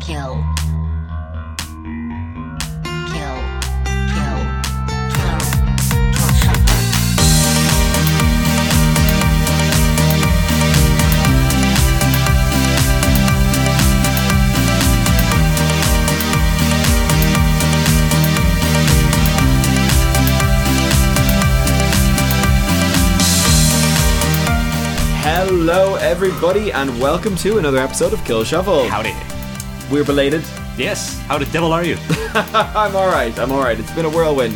Kill. Kill. Kill. Kill. Kill Shopper. Hello, everybody, and welcome to another episode of Kill Shuffle. Howdy. We're belated. Yes. How the devil are you? I'm all right. I'm all right. It's been a whirlwind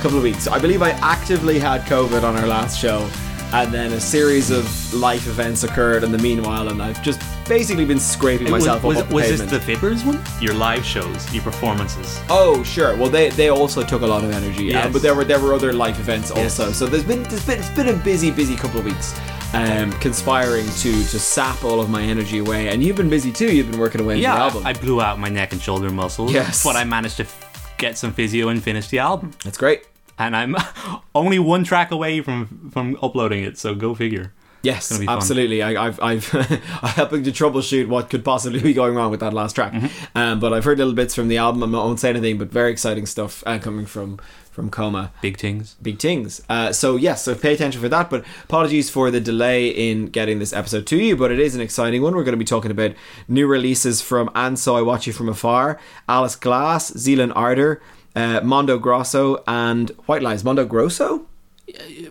couple of weeks. I believe I actively had COVID on our last show, and then a series of life events occurred in the meanwhile, and I've just basically been scraping myself was up off the was this pavement. the Vapors one? Your live shows, your performances. Oh sure. Well, they they also took a lot of energy, uh, Yes. but there were there were other life events Yes. also. So there's been there's been it's been a busy busy couple of weeks, um, conspiring to to sap all of my energy away. And you've been busy too. You've been working away on the Yeah, album. I blew out my neck and shoulder muscles. Yes. But I managed to f- get some physio and finish the album. That's great. And I'm only one track away from from uploading it, so go figure. Yes, gonna be fun. absolutely. I, I've I've I'm helping to troubleshoot what could possibly be going wrong with that last track. Mm-hmm. Um, but I've heard little bits from the album. I'm not- I won't say anything, but very exciting stuff uh, coming from from Coma. Big things. big things. Uh, so yes, so pay attention for that. But apologies for the delay in getting this episode to you, but it is an exciting one. We're going to be talking about new releases from And So I Watch You From Afar, Alice Glass, Zealand Arder, uh, Mondo Grosso, and White Lies. Mondo Grosso.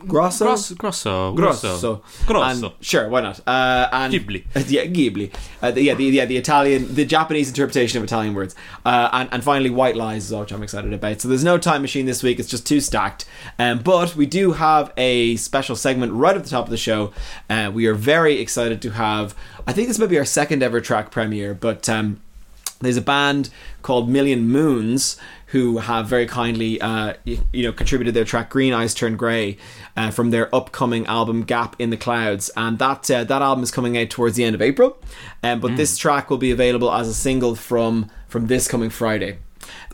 Grosso. Grosso. Grosso. Grosso. Grosso. Grosso. And- sure, why not? Uh, and Ghibli. yeah, Ghibli. Uh, the, yeah, the, yeah, the Italian, the Japanese interpretation of Italian words. Uh, and, and finally, White Lies is which I'm excited about. So there's no time machine this week. It's just too stacked. Um, but we do have a special segment right at the top of the show. Uh, we are very excited to have. I think this might be our second ever track premiere, but. Um, there's a band called Million Moons who have very kindly, uh, y- you know, contributed their track "Green Eyes Turn Grey" uh, from their upcoming album "Gap in the Clouds," and that uh, that album is coming out towards the end of April. Um, but this track will be available as a single from from this coming Friday.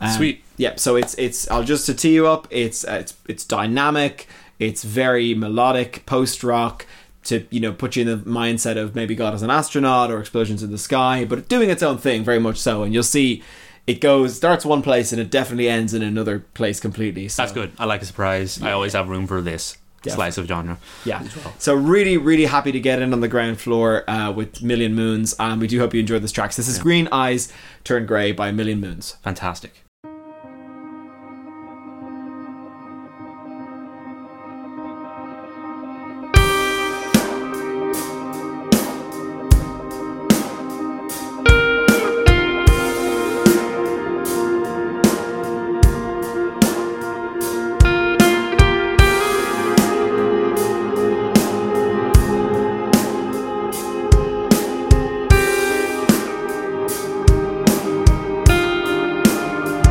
Um, Sweet. Yep. So it's it's I'll just to tee you up. It's uh, it's it's dynamic. It's very melodic post rock to you know put you in the mindset of maybe God is an astronaut or explosions in the sky, but doing its own thing very much so. And you'll see it goes starts one place and it definitely ends in another place completely. So. That's good. I like a surprise. I always have room for this Def- slice of genre. Yeah. So really, really happy to get in on the ground floor uh, with Million Moons, and we do hope you enjoy this track. So this is Green Eyes Turn Grey by Million Moons. Fantastic. Thank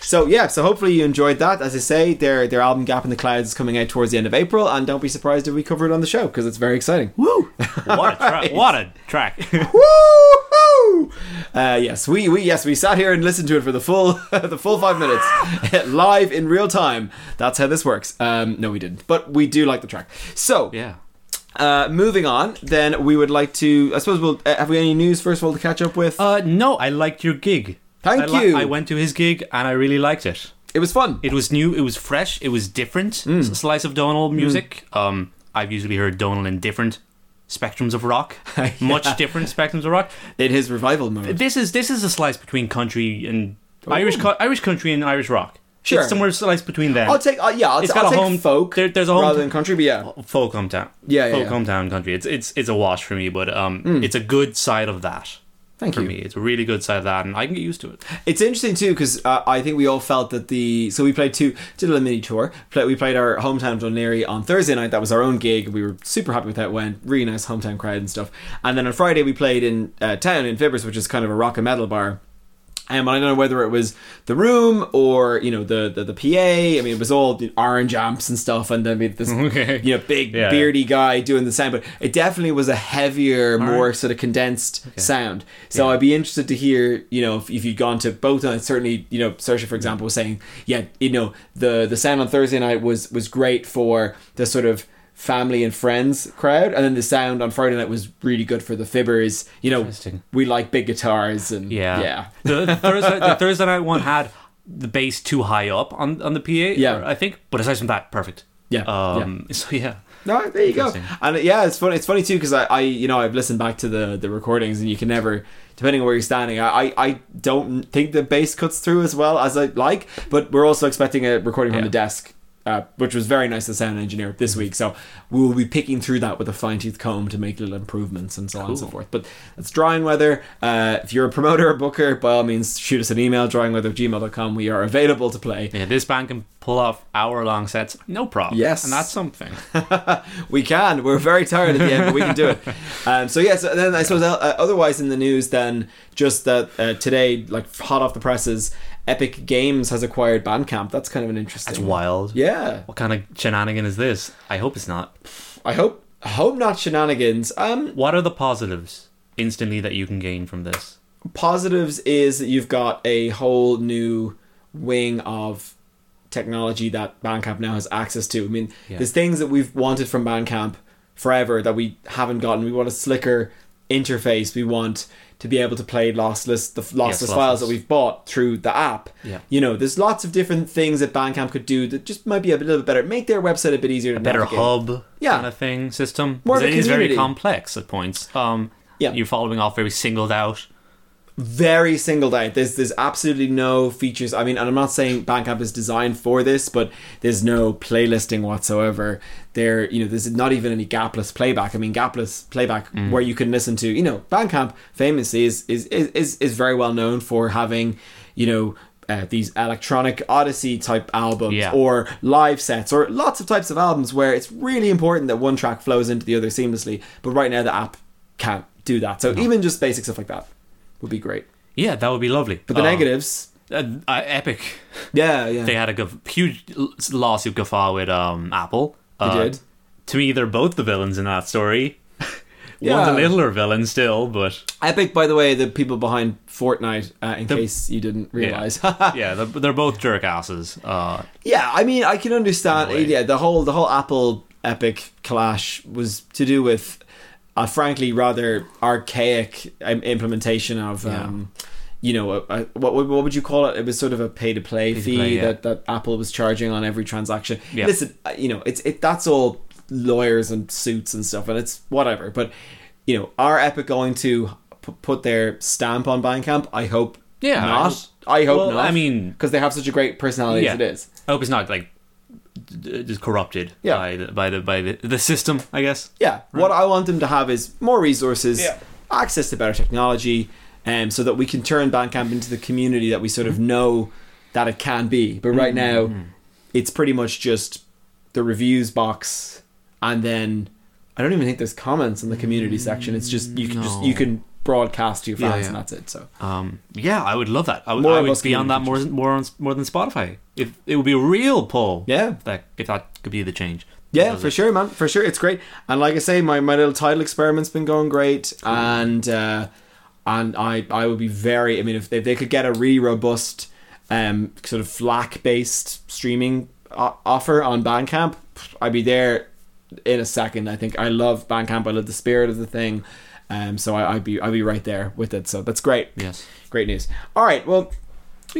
So yeah, so hopefully you enjoyed that. As I say, their their album Gap in the Clouds is coming out towards the end of April, and don't be surprised if we cover it on the show because it's very exciting. Woo! What a track! What a track! Woo! Uh, yes, we, we yes we sat here and listened to it for the full the full five minutes live in real time. That's how this works. Um, no, we didn't, but we do like the track. So yeah. uh, moving on, then we would like to. I suppose we'll uh, have we any news first of all to catch up with. Uh, no, I liked your gig. Thank I li- you. I went to his gig and I really liked it. it was fun. It was new. It was fresh. It was different. Mm. S- Slice of Donal music. Um, I've usually heard Donal in different spectrums of rock, much different spectrums of rock. in his revival mode. This is this is a slice between country and Irish co- Irish country and Irish rock. Sure. it's somewhere slice between them. I'll take. Uh, yeah, I'll, It's I'll got a take home- folk. there- there's a home- rather than country, but yeah, folk hometown. Yeah, yeah, folk yeah. hometown country. It's it's it's a wash for me, but um, it's a good side of that. Thank for you. me. It's a really good side of that, and I can get used to it. It's interesting too because uh, I think we all felt that the so we played two did a little mini tour. Play, we played our hometown of Dunleary on Thursday night. That was our own gig. We were super happy with that. Went really nice hometown crowd and stuff. And then on Friday we played in uh, town in Fibbers, which is kind of a rock and metal bar. Um, and I don't know whether it was the room or you know the the, the PA. I mean, it was all the orange amps and stuff, and then we had this Okay. you know big Yeah. beardy guy doing the sound. But it definitely was a heavier, more right. sort of condensed sound. So I'd be interested to hear you know if, if you'd gone to both nights. Certainly, you know, Sersha, for example, was saying yeah, you know the the sound on Thursday night was was great for the sort of family and friends crowd and then the sound on friday night was really good for the fibbers you know Interesting. we like big guitars and Yeah. yeah The, the Thursday, the Thursday night one had the bass too high up on, on the PA, Yeah. I think. But aside from that, perfect. Yeah, Um, So, yeah. No, there you go. Interesting. And uh, yeah, it's funny. It's funny too because I, I, you know, I've listened back to the the recordings, and you can never, depending on where you're standing, I, I, I don't think the bass cuts through as well as I like. But we're also expecting a recording from Yeah. the desk. Uh, which was very nice to sound engineer this week, so we will be picking through that with a fine tooth comb to make little improvements and so on and so Cool. forth. But it's drawing weather. Uh, if you're a promoter or booker, by all means, shoot us an email drawingweather@gmail.com. We are available to play. Yeah, this band can pull off hour long sets, no problem. Yes. And that's something. we can. We're very tired at the end, but we can do it. Um, so yes, then I suppose uh, otherwise in the news, then just that uh, today, like hot off the presses, Epic Games has acquired Bandcamp. That's kind of an interesting. It's wild. Yeah, What kind of shenanigan is this? I hope it's not. I hope. Hope not shenanigans. Um, What are the positives instantly that you can gain from this? positives is that you've got a whole new wing of technology that Bandcamp now has access to. I mean, Yeah. there's things that we've wanted from Bandcamp forever that we haven't gotten. We want a slicker interface. We want to be able to play lossless the f- lossless lossless. files that we've bought through the app. Yeah. You know, there's lots of different things that Bandcamp could do that just might be a little bit better. Make their website a bit easier to Better navigate. hub Yeah. kind of thing, system. More of Because a it is very community. complex at points. Um, Yeah. You're following off very singled out. very singled out. There's there's absolutely no features. I mean, and I'm not saying Bandcamp is designed for this, but there's no playlisting whatsoever. There, you know, there's not even any gapless playback. I mean, gapless playback where you can listen to, you know, Bandcamp famously is is is is, is very well known for having, you know. Uh, these electronic odyssey type albums Yeah. or live sets or lots of types of albums where it's really important that one track flows into the other seamlessly but right now the app can't do that so even just basic stuff like that would be great Yeah, that would be lovely. but the Um, negatives, uh, uh, epic. yeah, yeah, They had a guf- huge l- lawsuit guffaw with um, Apple. Uh, did. To me, they're both the villains in that story. One's Yeah. a littler villain still, but Epic, by the way, the people behind Fortnite. Uh, in The- case you didn't yeah. realize, yeah, they're, they're both jerk asses. Uh, Yeah, I mean, I can understand. In a way. Yeah, the whole the whole Apple Epic clash was to do with a frankly rather archaic um, implementation of. Yeah. Um, you know, a, a, what would- what would you call it? It was sort of a pay to play fee yeah. that, that Apple was charging on every transaction. Yeah. Listen, uh, you know, it's it that's all lawyers and suits and stuff, and it's whatever. But you know, are Epic going to p- put their stamp on Bandcamp? I hope Yeah, I not. I, hope well, not. I mean- because they have such a great personality yeah, as it is. I hope it's not like d- just corrupted Yeah. by the, by the by the, the system. I guess. Yeah, what I want them to have is more resources, access to better technology, um, so that we can turn Bandcamp into the community that we sort Mm-hmm. of know that it can be. But right now, it's pretty much just the reviews box, and then I don't even think there's comments in the community section. It's just you can just No. you can broadcast to your fans, Yeah, yeah. and that's it. So Um, yeah, I would love that. I would, More I of would us be on that more, community than- more, on, more than Spotify. If it would be a real poll. Yeah. if that if that could be the change. Yeah, Does for it. sure, man. For sure, it's great. And like I say, my, my little title experiment's been going great, and uh, and I I would be very. I mean, if, if they could get a really robust, um, sort of FLAC based streaming o- offer on Bandcamp, pff, I'd be there in a second. I think I love Bandcamp. I love the spirit of the thing. Um, so I, I'd be I'd be right there with it. So that's great. Yes, Great news. All right. Well,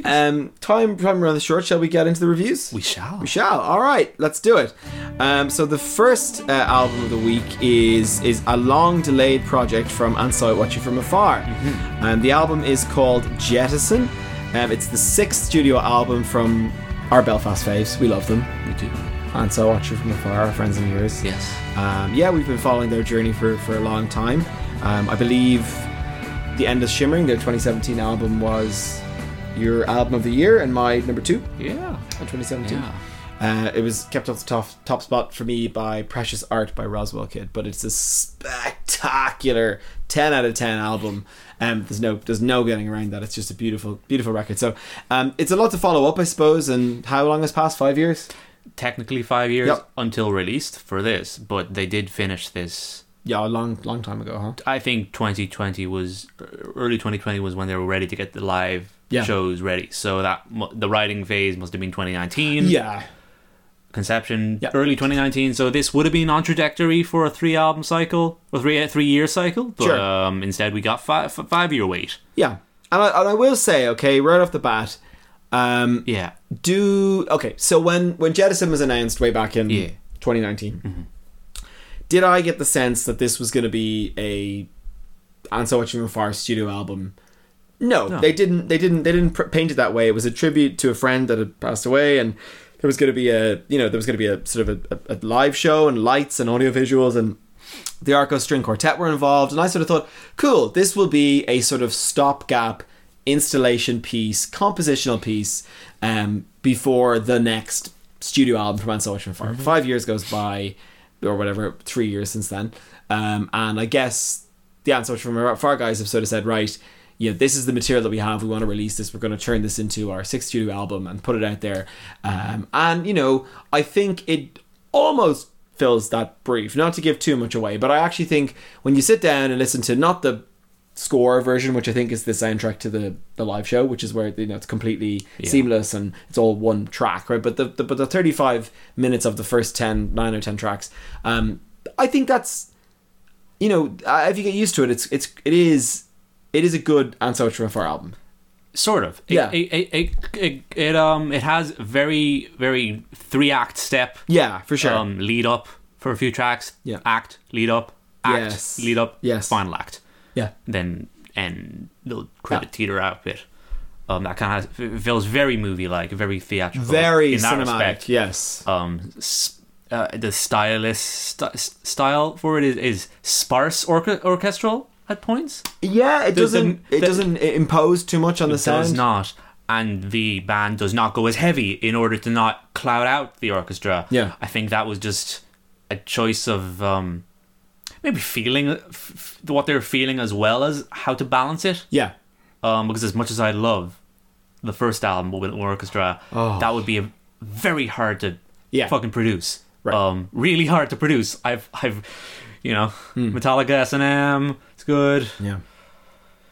um, time time rather short. Shall we get into the reviews? we shall. We shall. All right, let's do it. Um, so the first uh, album of the week is is a long delayed project from And So I Watch You From Afar, and the album is called Jettison. Um, it's the sixth studio album from our Belfast faves. We love them. We do. And So I Watch You From Afar, our friends and yours. Yes. Um, yeah, we've been following their journey for, for a long time. Um, I believe The End is Shimmering, their 2017 album, was your album of the year and my number two Yeah. on 2017. Yeah. Uh, it was kept off the top, top spot for me by Precious Art by Roswell Kid, but it's a spectacular 10 out of 10 album. Um, there's no there's no getting around that. It's just a beautiful beautiful record. So um, it's a lot to follow up, I suppose. And how long has passed? Five years? Technically five years Yep. until released for this, but they did finish this. Yeah, a long long time ago, huh? I think 2020 was uh, early 2020 was when they were ready to get the live Yeah. shows ready. So that mu- the writing phase must have been 2019. Yeah, conception Yep. early 2019 so this would have been on trajectory for a three album cycle or three three year cycle but Sure. um, instead we got five five year wait yeah. And I, and I will say, okay, right off the bat, um, yeah do okay so when when jettison was announced way back in Yeah. 2019 did i get the sense that this was going to be a and so watching from far studio album no, No. they didn't they didn't they didn't pr- paint it that way it was a tribute to a friend that had passed away and there was going to be a you know there was going to be a sort of a, a, a live show and lights and audio visuals and the Arco String Quartet were involved, and I sort of thought, cool, this will be a sort of stopgap installation piece, compositional piece, um, before the next studio album from Anselm Fire. Five years goes by, or whatever, three years since then, um, and I guess the Anselm from Far guys have sort of said, right, you know, this is the material that we have. We want to release this. We're going to turn this into our sixth studio album and put it out there. Um, and you know, I think it almost fills that brief. Not to give too much away, but I actually think when you sit down and listen to not the score version, which I think is the soundtrack to the, the live show, which is where you know it's completely seamless and it's all one track, right? But the, the but the thirty five minutes of the first 10, 9 or ten tracks, um, I think that's you know uh, if you get used to it, it's it's it is it is a good and so from far album. sort of It- Yeah. it, it, it, it, it, um it has very very three act step Yeah, for sure. um lead up for a few tracks Yeah. act lead up act Yes. lead up Yes. final act yeah, then and little credit Yeah. teeter out bit um that kind of it feels very movie like very theatrical very in cinematic. that respect Yes. um s uh, the stylist st- s- style for it is, is sparse orca- orchestral at points Yeah, it The- doesn't. the- it the- doesn't impose too much on the sound. does not and the band does not go as heavy in order to not cloud out the orchestra Yeah. i think that was just a choice of um maybe feeling uh, f- f- what they're feeling as well as how to balance it Yeah, um, because as much as I love the first album with an orchestra, Oh. that would be a, very hard to Yeah. fucking produce. Right. Um, really hard to produce. I've I've you know Hmm. Metallica S and M. It's good. yeah.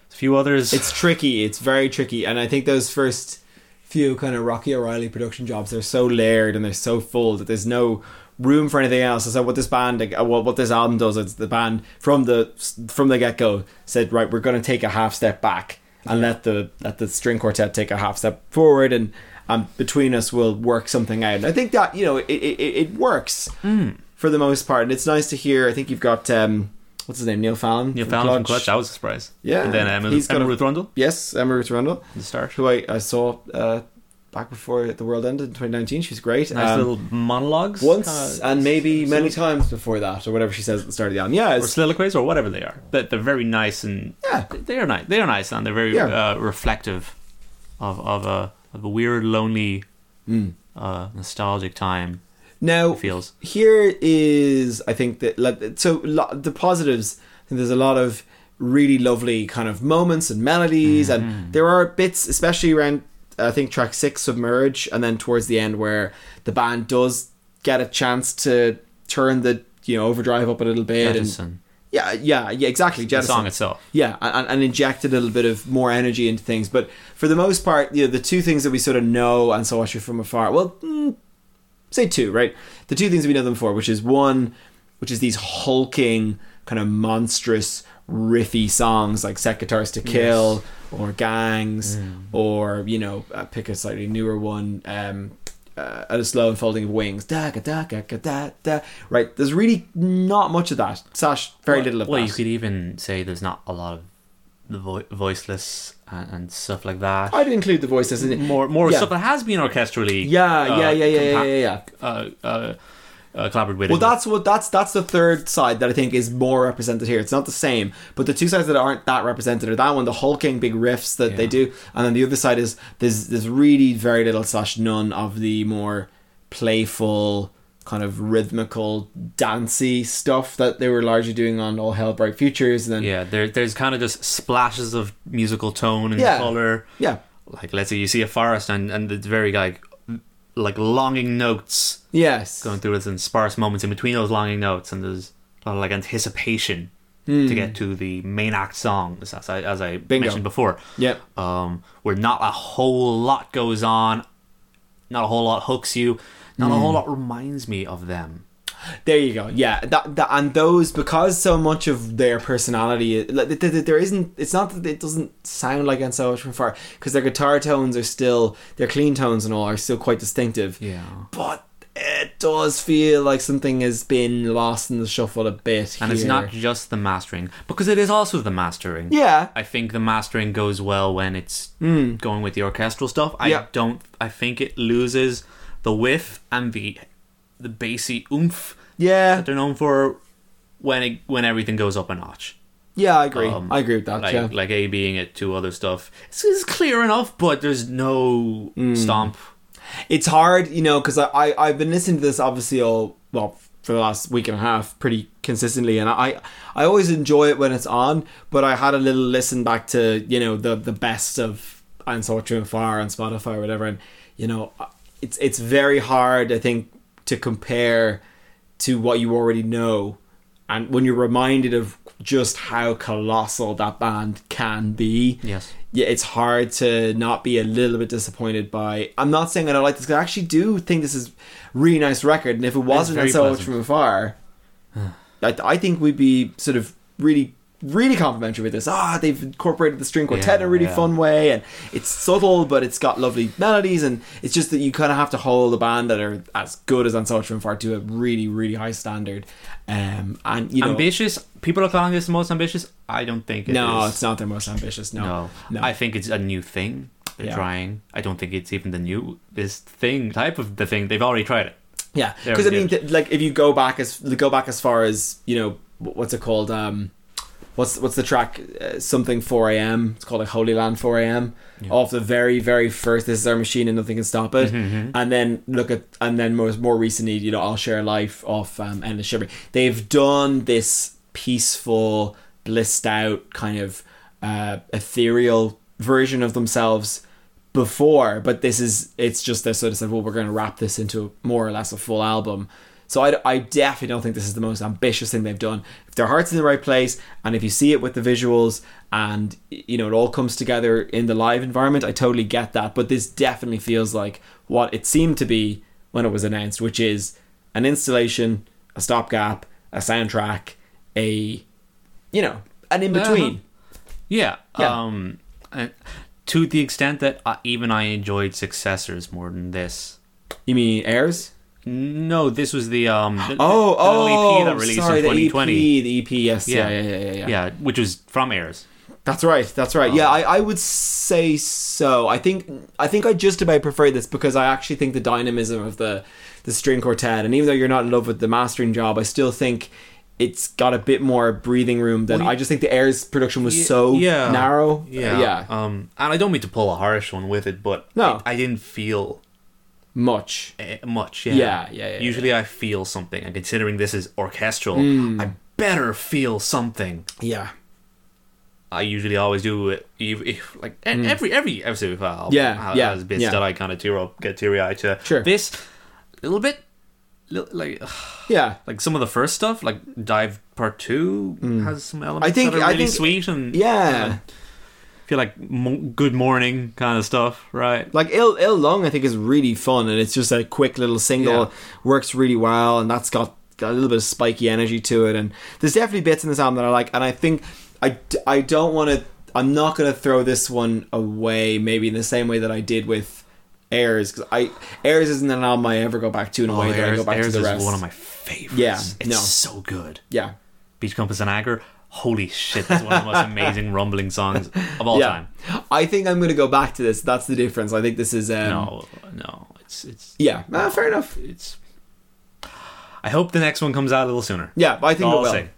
There's a few others. It's tricky. It's very tricky, and I think those first few kind of Rocky O'Reilly production jobs they're so layered and they're so full that there's no room for anything else. So what this band, like, uh, what what this album does, is the band from the from the get go said, right, we're going to take a half step back and let the let the string quartet take a half step forward and. Um, between us, we'll work something out. And I think that you know it, it, it it works Hmm. for the most part, and it's nice to hear. I think you've got um, what's his name, Neil Fallon. Neil Fallon from Clutch. That was a surprise. Yeah, And then um, Emma, he's got Emma a- Ruth Rundle Yes, Emma Ruth Rundle at the start. who I, I saw uh, back before the world ended in 2019. She's great. Nice Um, little monologues. once kinda- and maybe many times before that, or whatever she says at the start of the album. Yeah, or it's, soliloquies or whatever they are. But they're very nice and Yeah. they are nice. They are nice and they're very Yeah. uh, reflective of of a of a weird, lonely, Mm. uh, nostalgic time. now It feels here is I think that like so lo- the positives. I think there's a lot of really lovely kind of moments and melodies, Mm-hmm. and there are bits, especially around I think track six, "Submerge," and then towards the end where the band does get a chance to turn the you know overdrive up a little bit and Jettison. yeah, yeah, yeah, exactly. The Jettison. song itself. Yeah, and, and inject a little bit of more energy into things. But for the most part, you know, the two things that we sort of know and saw you from afar. Well, mm, say two, right? The two things that we know them for, which is one, which is these hulking kind of monstrous riffy songs like "Set Guitars to Kill" or "Gangs," Mm. or you know, uh, pick a slightly newer one. Um, uh, at a slow unfolding of wings, da ga da ga ga da da. Right, there's really not much of that. Sash, very Well- little of Well, that. you could even say there's not a lot of the vo- voiceless and, and stuff like that. I'd include the voices in it. more more yeah. stuff that has been orchestrally. Yeah, uh, yeah, yeah, yeah, yeah, yeah, compa- yeah. Uh, uh, uh, collaborated with. Well, that's what that's that's the third side that I think is more represented here. It's not the same, but the two sides that aren't that represented are that one, the hulking big riffs that they Yeah. do, and then the other side is there's there's really very little slash none of the more playful kind of rhythmical dancey stuff that they were largely doing on All Hell Bright Futures, and then yeah. There, there's kind of just splashes of musical tone and Yeah. color. yeah, Like let's say you see a forest and and it's very like like longing notes yes, going through this and sparse moments in between those longing notes and there's a lot of like anticipation to get to the main act song as I, as I Hmm. Bingo. mentioned before. Yep. um, where not a whole lot goes on, not a whole lot hooks you, not a whole Hmm. lot reminds me of them. There you go. Yeah, that, that and those because so much of their personality, like, th- th- there isn't. It's not that it doesn't sound like Anselmo from far because their guitar tones are still their clean tones and all are still quite distinctive. Yeah. but it does feel like something has been lost in the shuffle a bit. And it's here. not just the mastering, because it is also the mastering. Yeah, I think the mastering goes well when it's going with the orchestral stuff. I Hmm. Yeah. don't. I think it loses the whiff and the the bassy oomph yeah, that they're known for when it when everything goes up a notch. yeah. I agree. Um, I agree with that. like yeah. like A being it to other stuff. It's, it's clear enough, but there's no Hmm. stomp. it's hard, you know, because I, I I've been listening to this obviously all well for the last week and a half pretty consistently, and I I always enjoy it when it's on. But I had a little listen back to you know the the best of and Sortu and Far on Spotify or whatever, and you know it's it's very hard I think to compare to what you already know, and when you're reminded of just how colossal that band can be, Yes. yeah, it's hard to not be a little bit disappointed by. I'm not saying I don't like this. 'cause I actually do think this is a really nice record, and if it wasn't very so much pleasant. from afar, I, I think we'd be sort of really, really complimentary with this. Ah, they've incorporated the string quartet in a really yeah. fun way, and it's subtle, but it's got lovely melodies, and it's just that you kind of have to hold a band that are as good as Anselmo and Far to a really, really high standard. Um, and you know, ambitious. People are calling this the most ambitious. I don't think it no, is. it's not their most ambitious. No, no. no. I think it's a new thing they're Yeah. trying. I don't think it's even the new this thing type of the thing. They've already tried it. Yeah, There because I we mean, go. th- like if you go back as go back as far as you know, wh- what's it called? Um, what's what's the track? Uh, something four a.m. It's called like Holy Land four a.m. Off the very very first. This is our machine, and nothing can stop it. Mm-hmm, And then look at and then most more recently, you know, I'll share life off um, Endless Shivering. They've done this peaceful, blissed out kind of uh, ethereal version of themselves before, but this is it's just they sort of said, well, we're going to wrap this into more or less a full album. So I, I definitely don't think this is the most ambitious thing they've done. If their heart's in the right place, and if you see it with the visuals, and you know it all comes together in the live environment, I totally get that. But this definitely feels like what it seemed to be when it was announced, which is an installation, a stopgap, a soundtrack, a you know an in between. Yeah. Yeah. Um, and to the extent that I, even I enjoyed successors more than this. You mean airs? No, this was the um. the- Oh, the oh, little EP that released sorry, in 2020. the EP, the EP, yes, yeah, yeah, Yeah. yeah, yeah, yeah. yeah, which was from Airs. That's right, that's right. Yeah, I, I would say so. I think, I think I just about prefer this because I actually think the dynamism of the the string quartet, and even though you're not in love with the mastering job, I still think it's got a bit more breathing room than Well, you- I just think the airs production was so narrow. Yeah. yeah, Um, and I don't mean to pull a harsh one with it, but No. I, I didn't feel much. eh, much. Yeah. Yeah, yeah, yeah, Usually I feel something, Hmm. and considering this is orchestral, I better feel something. Yeah, I usually always do it. If, if, like e- every every episode, uh, Hmm. Yeah, has, yeah, has bits yeah. that I kind of tear up, get teary eyed to. Sure. This little bit, little, like Yeah. like some of the first stuff, like Dive Part Two, has some elements Hmm. I think- that are I really think- sweet and Yeah. and feel like mo- Good Morning kind of stuff, right? Like ill ill long, I think is really fun, and it's just a quick little single Yeah. works really well, and that's got, got a little bit of spiky energy to it, and there's definitely bits in this album that I like, and I think I d- I don't want to I'm not gonna throw this one away, maybe in the same way that I did with. Airs because I Airs isn't an album I ever go back to in a way that I Oh, Airs, oh, go back Airs to the is rest. one of my favorites. Yeah, it's no. so good. yeah, Beach Compass and Agar. Holy shit, that's one of the most amazing rumbling songs of all yeah. time. I think I'm gonna go back to this. That's the difference. I think this is um, No, no, it's it's Yeah, ah, fair enough. it's. I hope the next one comes out a little sooner. Yeah, but I think All it will. I'll say.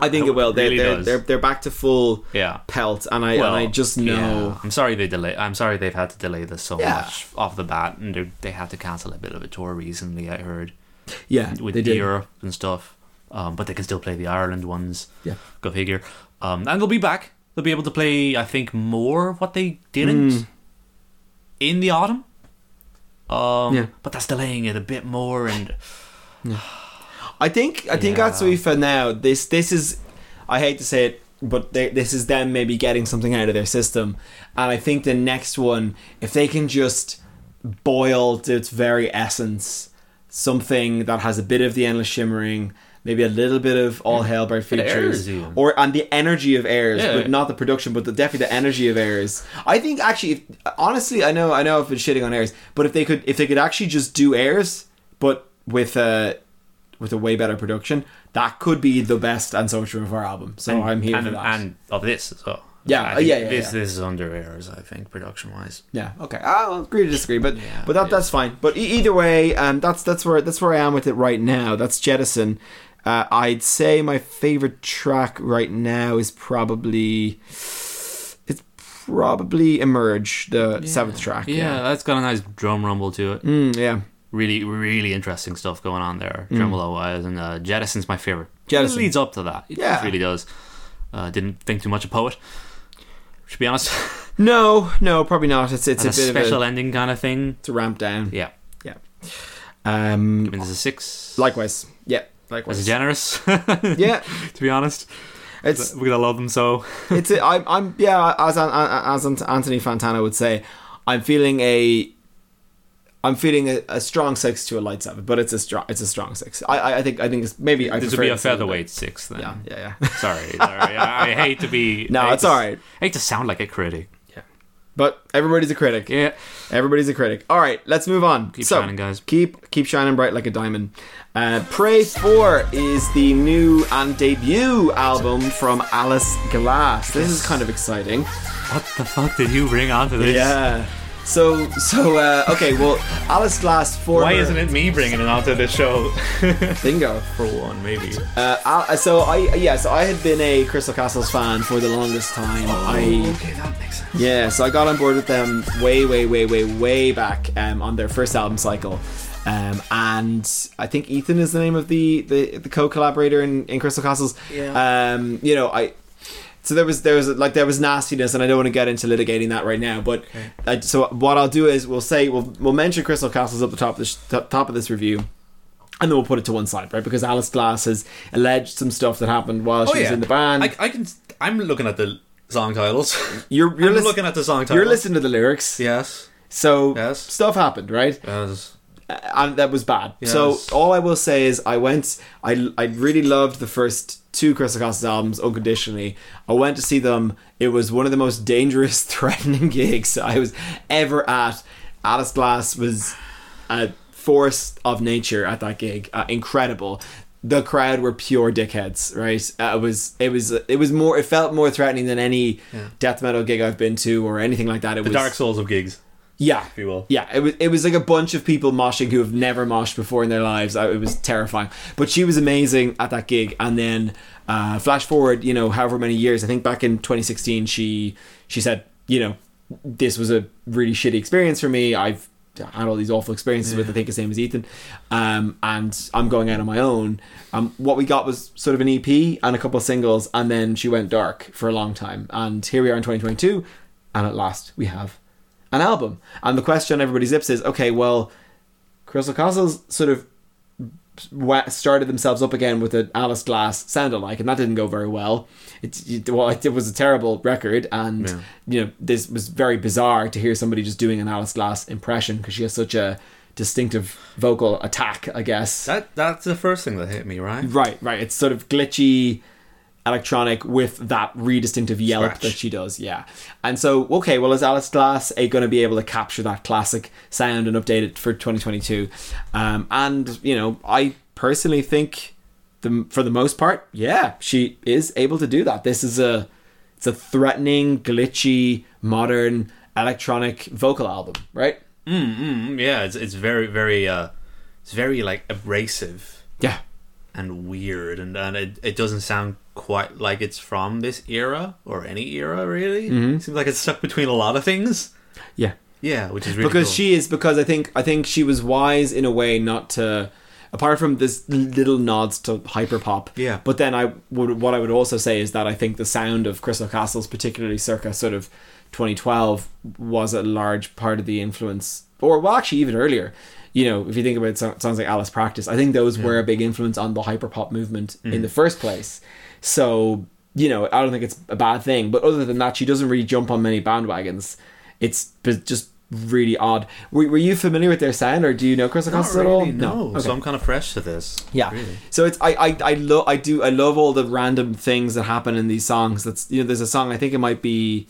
I think I it will. They're, really they're, does. they're they're back to full Yeah. pelt, and I and I just know. yeah. I'm sorry they delay. I'm sorry they've had to delay this so Yeah. much off the bat, and they they had to cancel a bit of a tour recently. I heard Yeah, with they did. Europe and stuff, um, but they can still play the Ireland ones. Yeah. go figure. Um, and they'll be back. They'll be able to play. I think more of what they didn't Hmm. in the autumn. Um, Yeah. but that's delaying it a bit more, and I think I think Yeah. that's we for now. This this is, I hate to say it, but they, this is them maybe getting something out of their system, and I think the next one, if they can just boil to its very essence something that has a bit of the endless shimmering. Maybe a little bit of all Hmm. hell by features, Airs even. or and the energy of airs, Yeah. but not the production, but the, definitely the energy of airs. I think actually, if, honestly, I know I know I've been shitting on airs, but if they could if they could actually just do airs, but with a with a way better production, that could be the best and so true of our album. So I'm here and, for that. and of this as well. Yeah, I uh, think yeah, yeah, This yeah. this is under errors, I think, production wise. yeah. Okay. I'll agree to disagree, but Yeah, but that yeah. that's fine. But e- either way, um, that's that's where that's where I am with it right now. That's Jettison. Uh, I'd say my favorite track right now is probably it's probably Emerge, the seventh track. Yeah, that's got a nice drum rumble to it. Yeah. Mm, yeah. Really, really interesting stuff going on there, tremolo wise. And uh, Jettison's my favorite. Mm. Jettison. It leads up to that. It Yeah. really does. Uh, didn't think too much of Poet, to be honest. No, no, probably not. It's it's It's a, a bit of special a, ending kind of thing. it's a ramp down. Yeah. Yeah. Um, I mean, there's a six. likewise. Yeah. That's Likewise. generous, Yeah. to be honest. It's We're going to love them so. it's a, I'm I'm yeah as An- as An- Anthony Fantana would say, I'm feeling a I'm feeling a, a strong six to a light seven, but it's a strong it's a strong six. I I, I think I think it's maybe I this would prefer be it a to seven, featherweight six then. but- Yeah, yeah, yeah. Sorry, sorry. I, I hate to be. No, I hate it's to- alright. I hate to sound like a critic. But everybody's a critic. Yeah. Everybody's a critic. All right, let's move on. Keep shining, guys. Keep keep shining bright like a diamond. Uh, Pray Four is the new and debut album from Alice Glass. This is kind of exciting. What the fuck did you bring onto this? Yeah. So so uh, okay. Well, Alice Glass for Why her- isn't it me bringing it onto the show? Bingo. For one, maybe. Uh, I, so I yeah, so I had been a Crystal Castles fan for the longest time. I Oh, that makes sense. yeah, so I got on board with them way, way, way, way, way back um, on their first album cycle. Um, and I think Ethan is the name of the the, the co collaborator in, in Crystal Castles. Yeah. Um, you know, I so there was there was like there was nastiness, and I don't want to get into litigating that right now. But I, so what I'll do is we'll say we'll we'll mention Crystal Castles up the top of this, top top of this review. And then we'll put it to one side, right? Because Alice Glass has alleged some stuff that happened while she was in the band. Oh, I, I can. I'm looking at the song titles. you're you're I'm lis- looking at the song titles. You're listening to the lyrics. Yes. So Yes. stuff happened, right? Yes. And that was bad. So Yes. all I will say is I went I I really loved the first two Crystal Castles albums unconditionally. I went to see them. It was one of the most dangerous, threatening gigs I was ever at. Alice Glass was a force of nature at that gig. Uh, incredible. The crowd were pure dickheads, right? Uh, it was it was it was more it felt more threatening than any death metal gig I've been to or anything like that. It The was Dark Souls of gigs, yeah, if you will. yeah, it was it was like a bunch of people moshing who have never moshed before in their lives. I, it was terrifying, but she was amazing at that gig. And then uh, flash forward, you know, however many years. I think back in 2016, she she said, you know, this was a really shitty experience for me. I've had all these awful experiences with. I think the same as Ethan, um, and I'm going out on my own. Um, what we got was sort of an EP and a couple of singles, and then she went dark for a long time. And here we are in 2022, and at last we have an album. And the question on everybody's lips is, okay, well, Crystal Castles sort of wa- started themselves up again with an Alice Glass sound alike, and that didn't go very well. It, it- well, it, was a terrible record, and Yeah. you know this was very bizarre to hear somebody just doing an Alice Glass impression because she has such a distinctive vocal attack, I guess. That that's the first thing that hit me, right? right, right. It's sort of glitchy electronic with that really distinctive yelp Scratch. that she does yeah and so okay well is alice glass a going to be able to capture that classic sound and update it for 2022 um, and you know i personally think the, for the most part yeah she is able to do that this is a it's a threatening glitchy modern electronic vocal album right Mm, mm, mm, yeah, it's it's very very uh, it's very like abrasive yeah and weird, and and it, it doesn't sound quite like it's from this era or any era really. Mm-hmm. Seems like it's stuck between a lot of things. yeah Yeah, which is really because cool. she is because I think I think she was wise in a way not to apart from this little nods to hyperpop. Yeah. But then I would what I would also say is that I think the sound of Crystal Castles particularly circa sort of 2012 was a large part of the influence or well actually even earlier. You know, if you think about so- songs like Alice Practice, I think those were a big influence on the hyperpop movement Mm-hmm. in the first place. So, you know, I don't think it's a bad thing, but other than that she doesn't really jump on many bandwagons it's b- just really odd. Were, were you familiar with their sound, or do you know Crystal Not Castles at all? really, No, Okay. so I'm kind of fresh to this. yeah. really. So it's I I I love I do I love all the random things that happen in these songs. That's you know there's a song I think it might be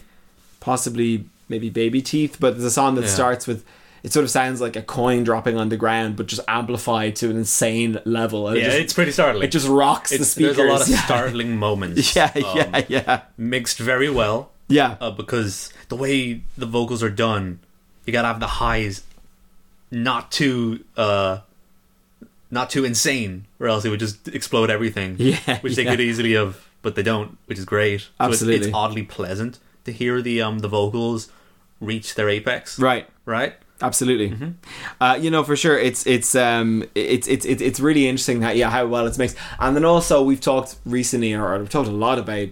possibly maybe Baby Teeth, but there's a song that Yeah. starts with. It sort of sounds like a coin dropping on the ground, but just amplified to an insane level. And it Yeah, just- it's pretty startling. it just rocks the It's- speakers. There's a lot of yeah. startling moments. Yeah, um, yeah, yeah, Mixed very well yeah, uh, because the way the vocals are done, you gotta have the highs not too uh, not too insane, or else it would just explode everything. Yeah, which they yeah. could easily have, but they don't, which is great. So it's- it's, Absolutely. oddly pleasant to hear the um the vocals reach their apex. Right. right. Absolutely, Mm-hmm. uh, you know for sure. It's it's um it's it's it's it's really interesting that yeah how well it's mixed, and then also we've talked recently or we've talked a lot about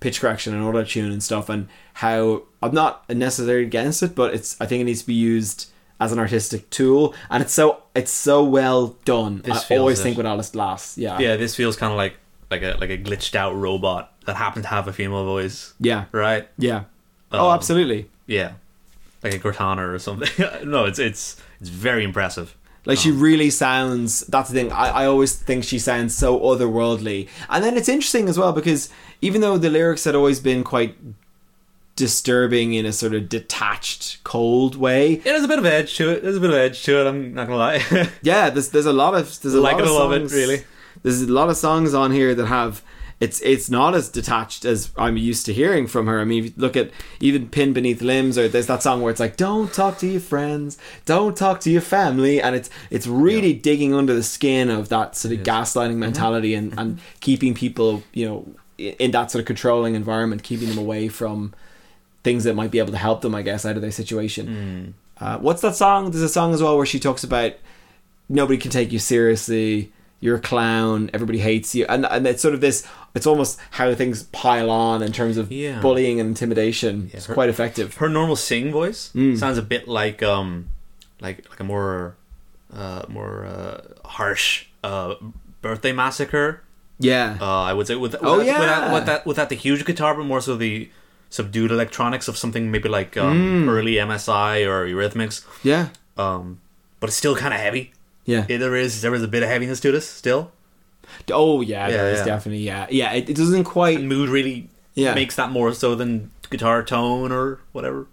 pitch correction and auto tune and stuff, and how I'm not necessarily against it, but it's I think it needs to be used as an artistic tool, and it's so it's so well done. This I feels always it. think with Alice Glass, yeah, Yeah, this feels kind of like like a like a glitched out robot that happened to have a female voice. yeah, Right. yeah. oh, Um, absolutely. Yeah, like a Cortana or something. no, it's it's it's very impressive. Like she really sounds. That's the thing. I, I always think she sounds so otherworldly. And then it's interesting as well because even though the lyrics had always been quite disturbing in a sort of detached, cold way, Yeah, there's a bit of edge to it. There's a bit of edge to it. I'm not gonna lie. yeah, there's there's a lot of there's a Like lot it of or love it, songs, really. There's a lot of songs on here that have it's it's not as detached as I'm used to hearing from her. I mean, if you look at even "Pin Beneath Limbs" or there's that song where it's like, "Don't talk to your friends, don't talk to your family," and it's it's really digging under the skin of that sort of Mm-hmm. gaslighting mentality and and keeping people you know i- in that sort of controlling environment, keeping them away from things that might be able to help them, I guess, out of their situation. Mm. Uh, what's that song? There's a song as well where she talks about nobody can take you seriously. You're a clown. Everybody hates you, and and it's sort of this. It's almost how things pile on in terms of Yeah. bullying and intimidation. it's her- quite effective. Her normal singing voice Mm. sounds a bit like um like like a more uh more uh, harsh uh birthday massacre. Yeah, Uh, I would say with Oh, without, yeah. without, without, without the huge guitar, but more so the subdued electronics of something maybe like Mm. um, early MSI or Eurythmics. yeah, Um, but it's still kind of heavy. yeah. Yeah, there is there is a bit of heaviness to this still. oh yeah, Yeah, there is yeah. definitely yeah, yeah. It, it doesn't quite Mood really Yeah. makes that more so than guitar tone or whatever.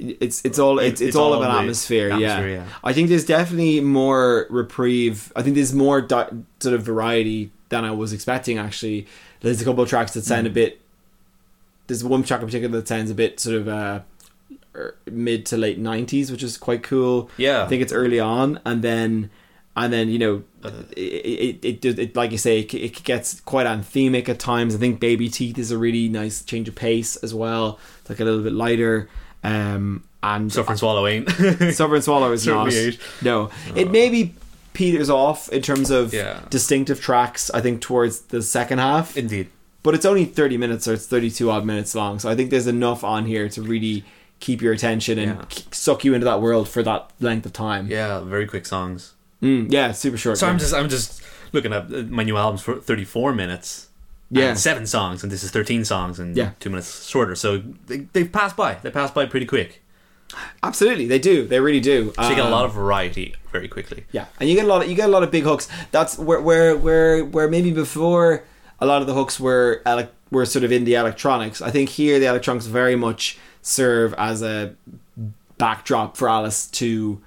it's it's all it's, it's, It's all, all about the atmosphere, yeah. atmosphere, yeah. I think there's definitely more reprieve. I think there's more di- sort of variety than I was expecting. Actually, there's a couple of tracks that Hmm. sound a bit. There's one track in particular that sounds a bit sort of uh, er, mid to late '90s, which is quite cool. Yeah. I think it's early on, and then and then you know it, it, it, does- it like you say it, it gets quite anthemic at times. I think Baby Teeth is a really nice change of pace as well. It's like a little bit lighter. Um, and Suffer and Swallow ain't. Suffer and Swallow is not. Certainly ain't. No, it maybe peters off in terms of Oh. Yeah. distinctive tracks. I think towards the second half, Indeed. but it's only thirty minutes, or it's thirty-two odd minutes long. So I think there's enough on here to really keep your attention and Yeah. k- suck you into that world for that length of time. Yeah, very quick songs. Mm, yeah, super short. So yeah. I'm just I'm just looking up uh, my new albums for 34 minutes. Yeah. and seven songs, and this is 13 songs, and Yeah. two minutes shorter. So they, they've passed by. They passed by pretty quick. absolutely they do. They really do. Uh, So you get a lot of variety very quickly. Yeah, and you get a lot. Of, you get a lot of big hooks. That's where where where where maybe before a lot of the hooks were elec were sort of in the electronics. I think here the electronics very much serve as a backdrop for Alice to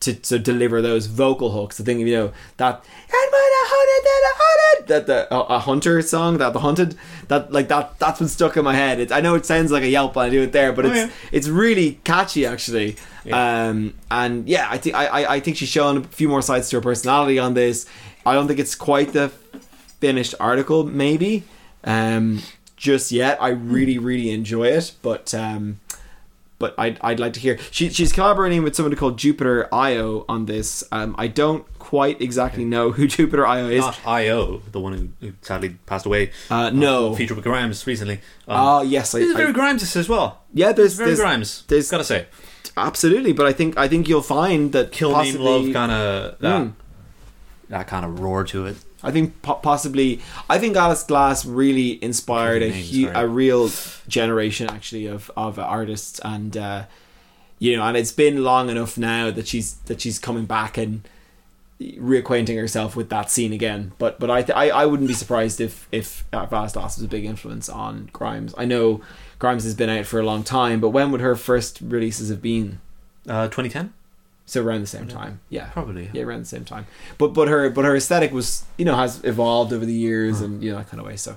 to, to deliver those vocal hooks. The thing you know that "And when I hunted, then I hunted," that the a, a hunter song that the hunted that like that that's been stuck in my head. It, I know it sounds like a yelp when I do it there, but Oh, it's it's really catchy actually. Um, and yeah, I think I, I I think she's shown a few more sides to her personality on this. I don't think it's quite the finished article maybe um, just yet. I Hmm. really really enjoy it, but. Um, but I'd, I'd like to hear. She, she's collaborating with somebody called Jupiter Io on this. Um, I don't quite exactly Hmm. know who Jupiter Io is. Not I.O., the one who, who sadly passed away. Uh, no. Featured with Grimes recently. Oh yes, I, This is very I- Grimes as well. yeah. There's, Very there's Grimes. there's- Gotta say. absolutely, but I think I think you'll find that Kill possibly, Me Love kind of. That, Mm. that kind of roar to it. I think po- possibly I think Alice Glass really inspired a Name, hu- sorry. a real generation actually of of artists and uh, you know and it's been long enough now that she's that she's coming back and reacquainting herself with that scene again but but I th- I, I wouldn't be surprised if if Alice Glass was a big influence on Grimes I know Grimes has been out for a long time but when would her first releases have been Uh, 2010? so around the same time yeah Probably. yeah around the same time but but her but her aesthetic was you know has evolved over the years and you know that kind of way so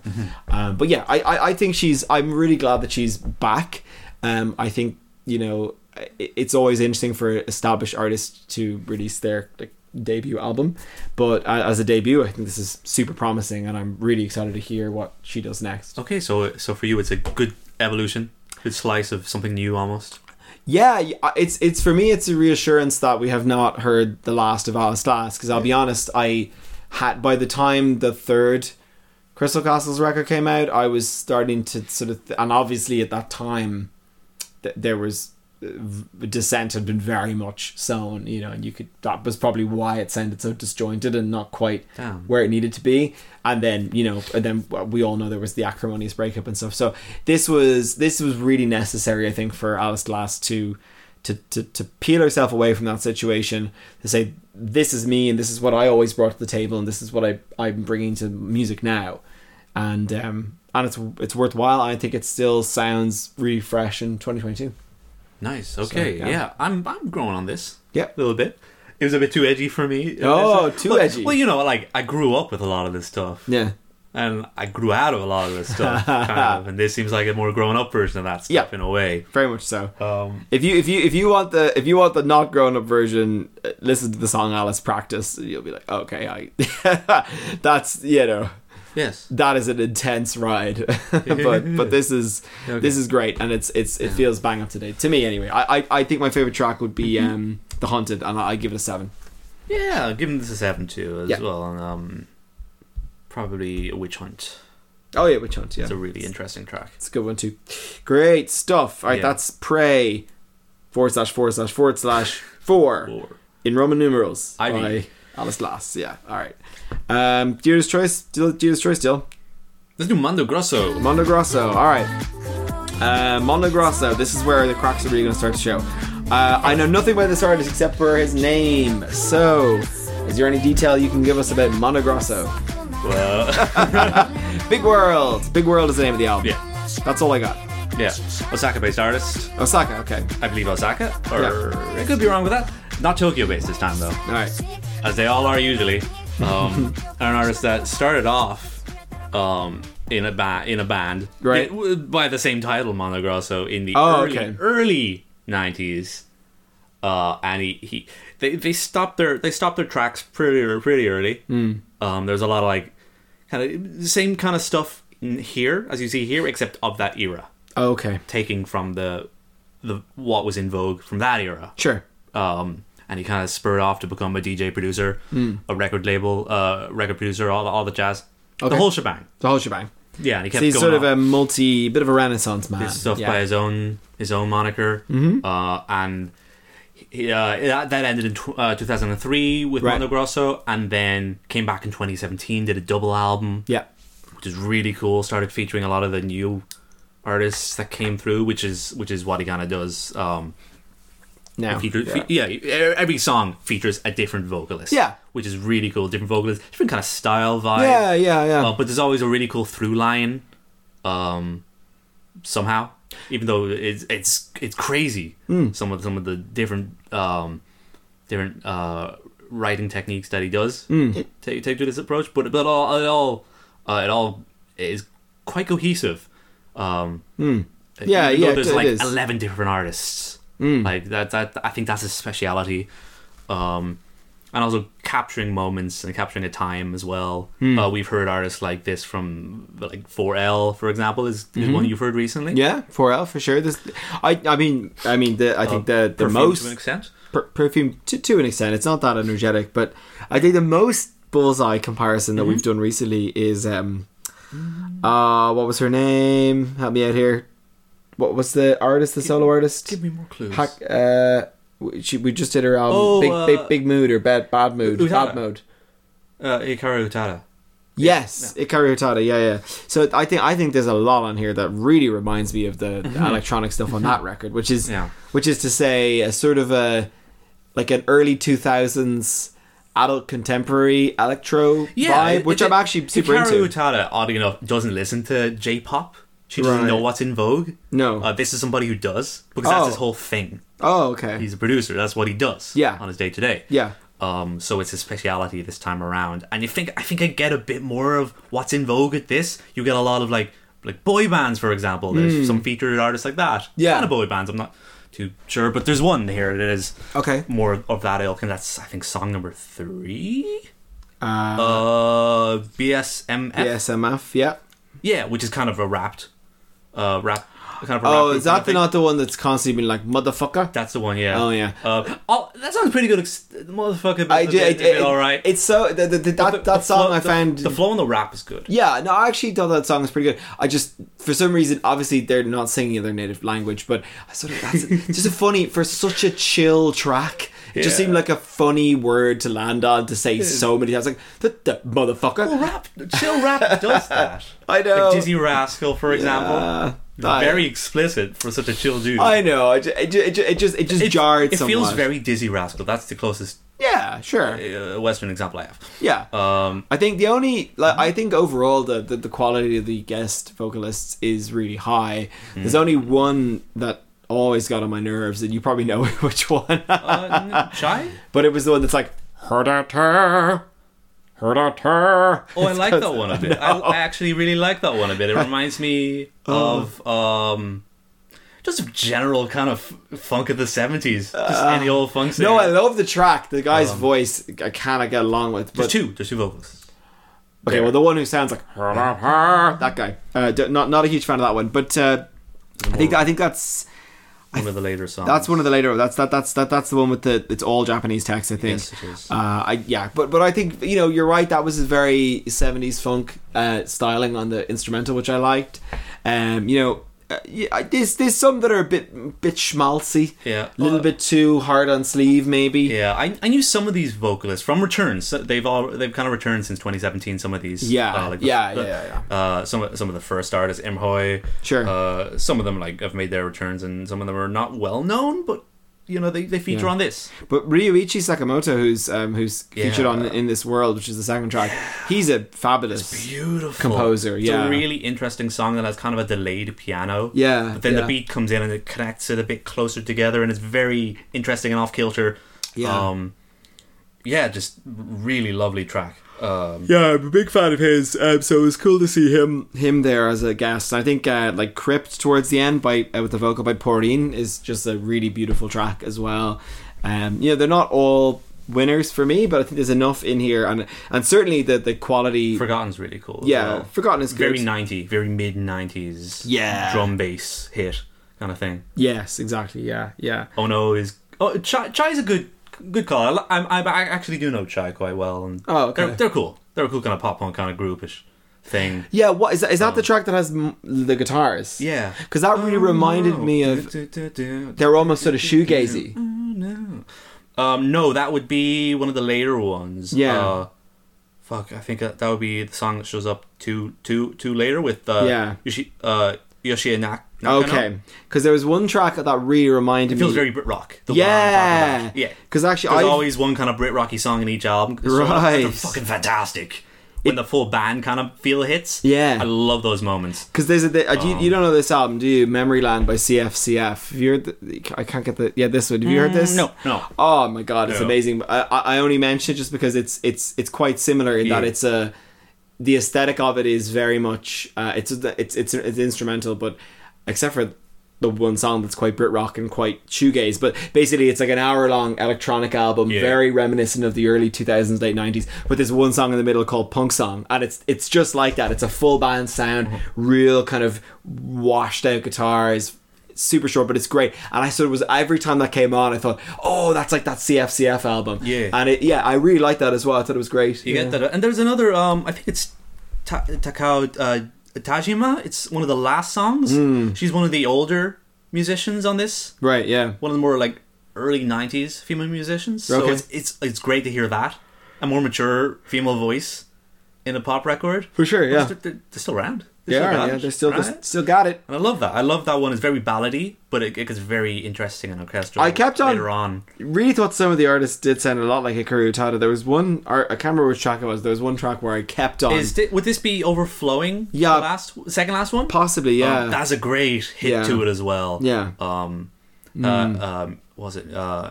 um, but yeah I, I i think she's i'm really glad that she's back um i think you know i it's always interesting for established artists to release their like debut album but uh, as a debut i think this is super promising and i'm really excited to hear what she does next Okay, so so for you, it's a good evolution. Good slice of something new almost. Yeah, y- uh, it's it's for me. It's a reassurance that we have not heard the last of Alice Glass. Because I'll be honest, I had by the time the third Crystal Castles record came out, I was starting to sort of, th- and obviously at that time, th- there was uh, v- dissent had been very much sown. You know, and you could that was probably why it sounded so disjointed and not quite Damn. where it needed to be and then you know and then we all know there was the acrimonious breakup and stuff so this was this was really necessary i think for alice glass to to, to, to peel herself away from that situation to say this is me and this is what i always brought to the table and this is what I, i'm bringing to music now and um and it's it's worthwhile i think it still sounds really fresh in 2022 Nice. Okay. yeah. yeah. I'm I'm growing on this. Yeah. A little bit. It was a bit too edgy for me. Oh, It's- too Look, edgy. Well, you know, like I grew up with a lot of this stuff, yeah and I grew out of a lot of this stuff, kind of. And this seems like a more grown-up version of that stuff Yeah. in a way. very much so Um, If you if you if you want the if you want the not grown up version, uh, listen to the song Alice Practice. You'll be like, okay, I that's you know yes. that is an intense ride, but but this is Okay. this is great and it's it's it feels bang up to date to me anyway. I I, I think my favorite track would be um the haunted and I, I give it a seven. Yeah. Uh, Giving this a seven two as Yeah. well, and um, probably a witch hunt. Oh yeah, which haunted? Yeah, It's a really interesting track. It's a good one too. Great stuff. All right, Yeah. that's pray forward slash forward slash forward slash four Four. in Roman numerals. Ivy. by Alice Lass. Yeah. All right. Um, Judas choice. Deal- Judas choice. Deal. Let's do Mondo Grosso. Mondo Grosso. All right. Uh, Mondo Grosso. This is where the cracks are really going to start to show. Uh, I know nothing about this artist except for his name. So, is there any detail you can give us about Mondo Grosso? Well, Big World. Big World is the name of the album. yeah. That's all I got. Yeah. Osaka-based artist. Osaka. Okay. I believe Osaka, or I could be wrong with that. Not Tokyo based this time though, All right. as they all are usually. Um, are an artist that started off um, in a band in a band Right. it- by the same title, Mondo Grosso, in the Oh, early okay. early nineties. Uh, and he, he they, they stopped their they stopped their tracks pretty pretty early. Um, there's a lot of like kind of same kind of stuff in here as you see here, except of that era Oh, Okay. taking from the the what was in vogue from that era. Sure. Um, and he kind of spurred off to become a DJ producer, Hmm. a record label, uh, record producer, all the, all the jazz, Okay. the whole shebang. The whole shebang. Yeah, and he So kept he's going sort of off. a multi, bit of a renaissance man. did stuff yeah. by his own his own moniker, Mm-hmm. uh, and he, uh, that, that ended in tw- uh, 2003 with Right. Mondo Grosso, and then came back in 2017, did a double album, Yeah. which is really cool. Started featuring a lot of the new artists that came through, which is which is what he kind of does. Um, Now. feature- yeah. fe- yeah. e- every song features a different vocalist. Yeah. which is really cool. Different vocalist, different kind of style vibe. yeah, yeah, yeah. Uh, but there's always a really cool through line, um, somehow. Even though it's it's it's crazy, Hmm. some of some of the different um, different uh, writing techniques that he does Hmm. take take to this approach, but but all it all uh, it all is quite cohesive. Um, Hmm. Yeah, even though yeah, There's it- it like is. Hmm. eleven different artists. Like that, that I think that's his speciality, um, and also capturing moments and capturing a time as well. Hmm. Uh, we've heard artists like this from like 4L, for example, is, is Mm-hmm. one you've heard recently. yeah, 4L for sure. This, I, I mean, I mean, the, I think the the Perfume most to an extent. per- perfume to, to an extent. It's not that energetic, but I think the most bullseye comparison that Mm-hmm. we've done recently is um, uh, what was her name? Help me out here. What was the artist? The solo artist? Give me more clues. Hack, uh, she, we just did her album. Oh, big, uh, big, big mood or bad, bad mood, Utada. bad mode. uh, Hikaru Utada. Yes, Ikari Utada. Yeah, yeah. So I think I think there's a lot on here that really reminds me of the electronic stuff on that record, which is Yeah. which is to say a sort of a like an early 2000s adult contemporary electro vibe, it- which it- I'm actually super Hikaru into. Utada, oddly enough, doesn't listen to J-pop. She doesn't Right. know what's in vogue. No. uh, this is somebody who does because Oh. that's his whole thing. oh, okay. He's a producer. That's what he does. Yeah. on his day to day. yeah. Um, so it's his speciality this time around, and you think I think I get a bit more of what's in vogue at this. You get a lot of like like boy bands, for example. There's Hmm. some featured artists like that. Yeah. kind of boy bands. I'm not too sure, but there's one here. It is Okay. more of that ilk, and that's I think song number three. Uh, Uh, BSMF. SMF. Yeah. Yeah, which is kind of a wrapped, uh, rap. Kind of a Oh, rap is group kind of that the, thing. not the one that's constantly been like motherfucker? That's the one, yeah. Oh, yeah. Uh, oh, that sounds pretty good. ex- Motherfucker, I I do. It, it- all right. It's so the, the, the, that The- the that song flow- I the- found the flow and the rap is good. Yeah, no, I actually thought that song was pretty good. I just, for some reason, obviously they're not singing in their native language, but I sort of that's just a funny for such a chill track. It just Yeah. seemed like a funny word to land on to say so many times, like the, the motherfucker. Well, rap, chill rap does that. I know. Like Dizzy Rascal, for example, I- very explicit for such a chill dude. I know. It, ju- it, ju- it, ju- it just it just It- jarred. It feels somewhat. very Dizzy Rascal. That's the closest yeah, sure, uh, Western example I have. yeah. Um, I think the only, like, Mm-hmm. I think overall the, the the quality of the guest vocalists is really high. Mm-hmm. There's only one that always got on my nerves, and you probably know which one. uh, Chai? But it was the one that's like heard at her, heard at her. Oh, I like that one a bit. I, I actually really like that one a bit. It reminds me Oh. of um, just a general kind of f- funk of the seventies, just any old funk. Uh, No, I singer. love the track. The guy's voice I cannot get along with. Um, there's But two. There's two vocalists. okay, well, the one who sounds like "Heard at her," that guy. Uh, d- not not a huge fan of that one, but uh, I think I think that's One of the later songs. that's one of the later. That's that that's that that's the one with the it's all Japanese text. I think. Yes, it is. Uh, I yeah, but but I think you know you're right. That was his very '70s funk uh, styling on the instrumental, which I liked. Um, you know, uh, yeah, I- there's there's some that are a bit bit schmaltzy, Yeah. a little Uh, bit too hard on sleeve, maybe. Yeah, I, I knew some of these vocalists from returns. So They've all they've kind of returned since 2017. Some of these, Yeah, the- yeah, the- yeah, Uh, some of- some of the first artists, Imhoy. Sure. Uh, some of them like have made their returns, and some of them are not well known, but you know they, they feature Yeah. on this. But Ryuichi Sakamoto, who's um, who's Yeah. featured on in this world, which is the second track, he's a fabulous. Beautiful Composer, It's yeah. a really interesting song that has kind of a delayed piano. Yeah, but then yeah. the beat comes in and it connects it a bit closer together, and it's very interesting and off kilter. Yeah. um, yeah, just really lovely track. Um, Yeah, I'm a big fan of his. Um, so it was cool to see him him there as a guest. And I think uh, like Crypt towards the end by uh, with the vocal by Porine is just a really beautiful track as well. Um, you know, they're not all winners for me, but I think there's enough in here, and and certainly the the quality. Forgotten's really cool. as yeah, well. Forgotten is good. very 90 very mid 90s Yeah. drum bass hit kind of thing. Yes, exactly. Yeah, yeah. Oh no, is oh chai chai's a good good call. I, I, I actually do know chai quite well, and Oh, okay. they're, they're cool. They're a cool kind of pop punk kind of groupish thing. Yeah, what is that? Is that the track that has m- the guitars? Oh. Yeah, Oh, Because that really reminded me of- They're almost sort of shoegazy. no. Um, no, that would be one of the later ones. Yeah. Uh, fuck, I think that, that would be the song that shows up two two two later with uh, Yeah. Yoshi uh, Yoshi Nak- Nakano. Okay, because there was one track that really reminded It feels me. very Brit rock. The one I'm talking yeah, about. yeah. Because actually, There's I always one kind of Brit rocky song in each album. It's sort of- Right. they're fucking fantastic. When the full band kind of feel hits. Yeah. I love those moments. Because there's a the, uh, do you, you don't know this album, do you? Memory Land by CFCF. Have you heard? The, I can't get the yeah this one. Have you heard this? no, no. Oh my god, it's No. amazing. I, I I only mention it just because it's it's it's quite similar in that Yeah. it's a the aesthetic of it is very much uh, it's it's it's it's instrumental, but except for the one song that's quite Brit rock and quite shoegaze. But basically, it's like an hour long electronic album, Yeah. very reminiscent of the early 2000s, late 90s. But there's one song in the middle called Punk Song, and it's it's just like that. It's a full band sound, Uh-huh. real kind of washed out guitars. Super short, but it's great. And I sort of was every time that came on, I thought, "Oh, that's like that CFCF album." Yeah. and it, yeah, I really liked that as well. I thought it was great. You Yeah. get that. And there's another. Um, I think it's Ta- Takao uh, Tajima. It's one of the last songs. Hmm. She's one of the older musicians on this. right? Yeah, One of the more like early '90s female musicians. So Okay. it's it's it's great to hear that a more mature female voice in a pop record. for sure. Yeah, They're, they're- they're still around. they are. around, Yeah, they're still right? they're still got it. And I love that. I love that one. It's very ballady, but it, it gets very interesting and orchestral. I kept on- later on. really thought some of the artists did sound a lot like Hikaru Utada. There was one, or I can't remember which track it was. There was one track where I kept on, Is thi- would this be overflowing? Yeah. the last second last one. possibly, yeah, Oh, Um, that's a great hit Uh, Yeah. to it as well. Yeah. Um, uh, um, was it uh,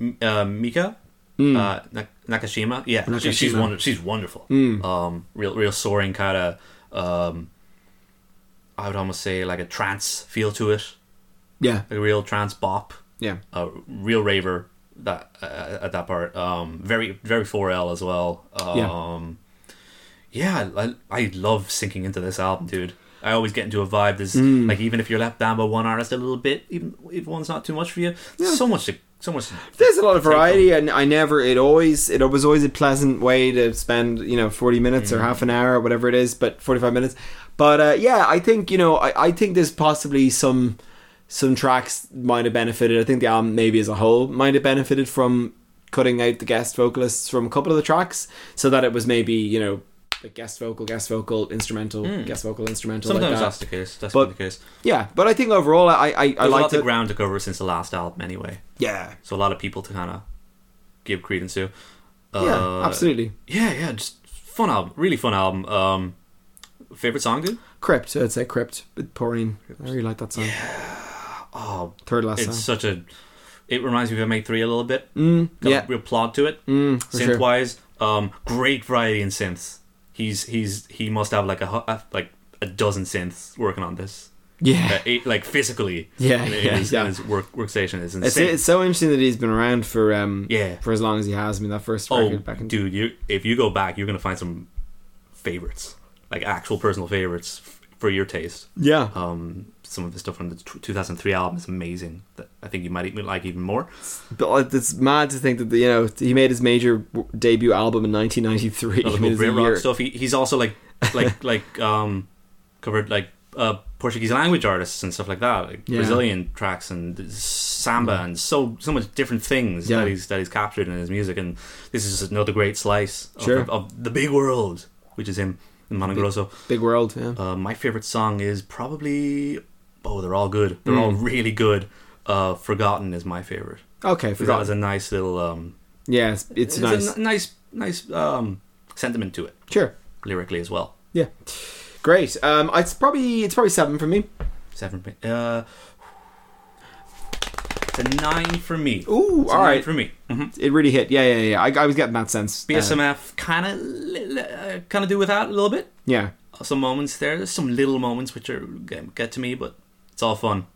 M- uh, Mika uh, Na- Nakashima? Yeah, She, Hmm. Nakashima. she's Hmm. wonder- She's wonderful. Um, real, real soaring kind of. Um, I would almost say like a trance feel to it, yeah, like a real trance bop, yeah, a real raver that uh, at that part. Um, very, very 4L as well. Yeah. Um, yeah, I, I love sinking into this album, dude. I always get into a vibe. There's Mm. like even if you're let down by one artist a little bit, even if one's not too much for you, there's so much, to, so much. to- There's a lot of take variety, and I never. It always. It was always a pleasant way to spend, you know, forty minutes Mm. or half an hour or whatever it is, but forty-five minutes. But uh, yeah, I think you know, I, I think there's possibly some some tracks might have benefited. I think the album maybe as a whole might have benefited from cutting out the guest vocalists from a couple of the tracks, so that it was maybe you know, the guest vocal, guest vocal, instrumental, Hmm. guest vocal, instrumental. Sometimes like that. that's the case. That's But been the case. yeah, but I think overall, I I, I There's a lot liked of it. ground to cover since the last album, anyway. yeah, So a lot of people to kind of give credence to. Uh, yeah, absolutely. Yeah, yeah, just fun album. Really fun album. Um, favorite song, dude? Crypt, I'd say Crypt. But Porine. I really like that song. Oh, Third last it's song. such a. It reminds me of MA3 a little bit. Mm, Got yeah. a real plod to it. Mm, for synth sure. wise, um, great variety in synths. He's he's he must have like a hu- uh, like a dozen synths working on this. Uh, Yeah. eight, like physically, Yeah, in, in yeah, his, yeah. in his work workstation It's, is insane. it's so interesting that he's been around for um Yeah. for as long as he has. I mean that first oh, record back in dude, you if you go back, you're gonna find some favorites, like actual personal favorites f- for your taste. yeah Um, some of the stuff from the t- 2003 album is amazing. That I think you might even like even more. But, like, it's mad to think that you know he made his major w- debut album in 1993. Other I mean, cool it's a Brit rock year- stuff. He, he's also like like like um covered like uh Portuguese language artists and stuff like that, like Yeah. Brazilian tracks and samba and so so much different things Yeah. that he's that he's captured in his music. And this is just another great slice of, Sure. of, the big world, which is him in Mato Grosso. Big World. Yeah. Uh, my favorite song is probably oh they're all good. They're Mm. all really good. Uh, Forgotten is my favorite. okay, Forgotten is forgot. a nice little um, Yeah, it's, it's, it's nice. a n- nice nice um sentiment to it sure. lyrically as well. Yeah. Great. Um, it's probably it's probably seven for me. Seven. pa- Uh, it's a nine for me. Ooh, It's a all nine right. for me. Mhm. It really hit. Yeah, yeah, yeah. I, I was getting that sense. Uh, BSMF kind of li- uh, kind of do without a little bit. Uh, yeah. Some moments there. There's some little moments which are get, get to me, but it's all fun.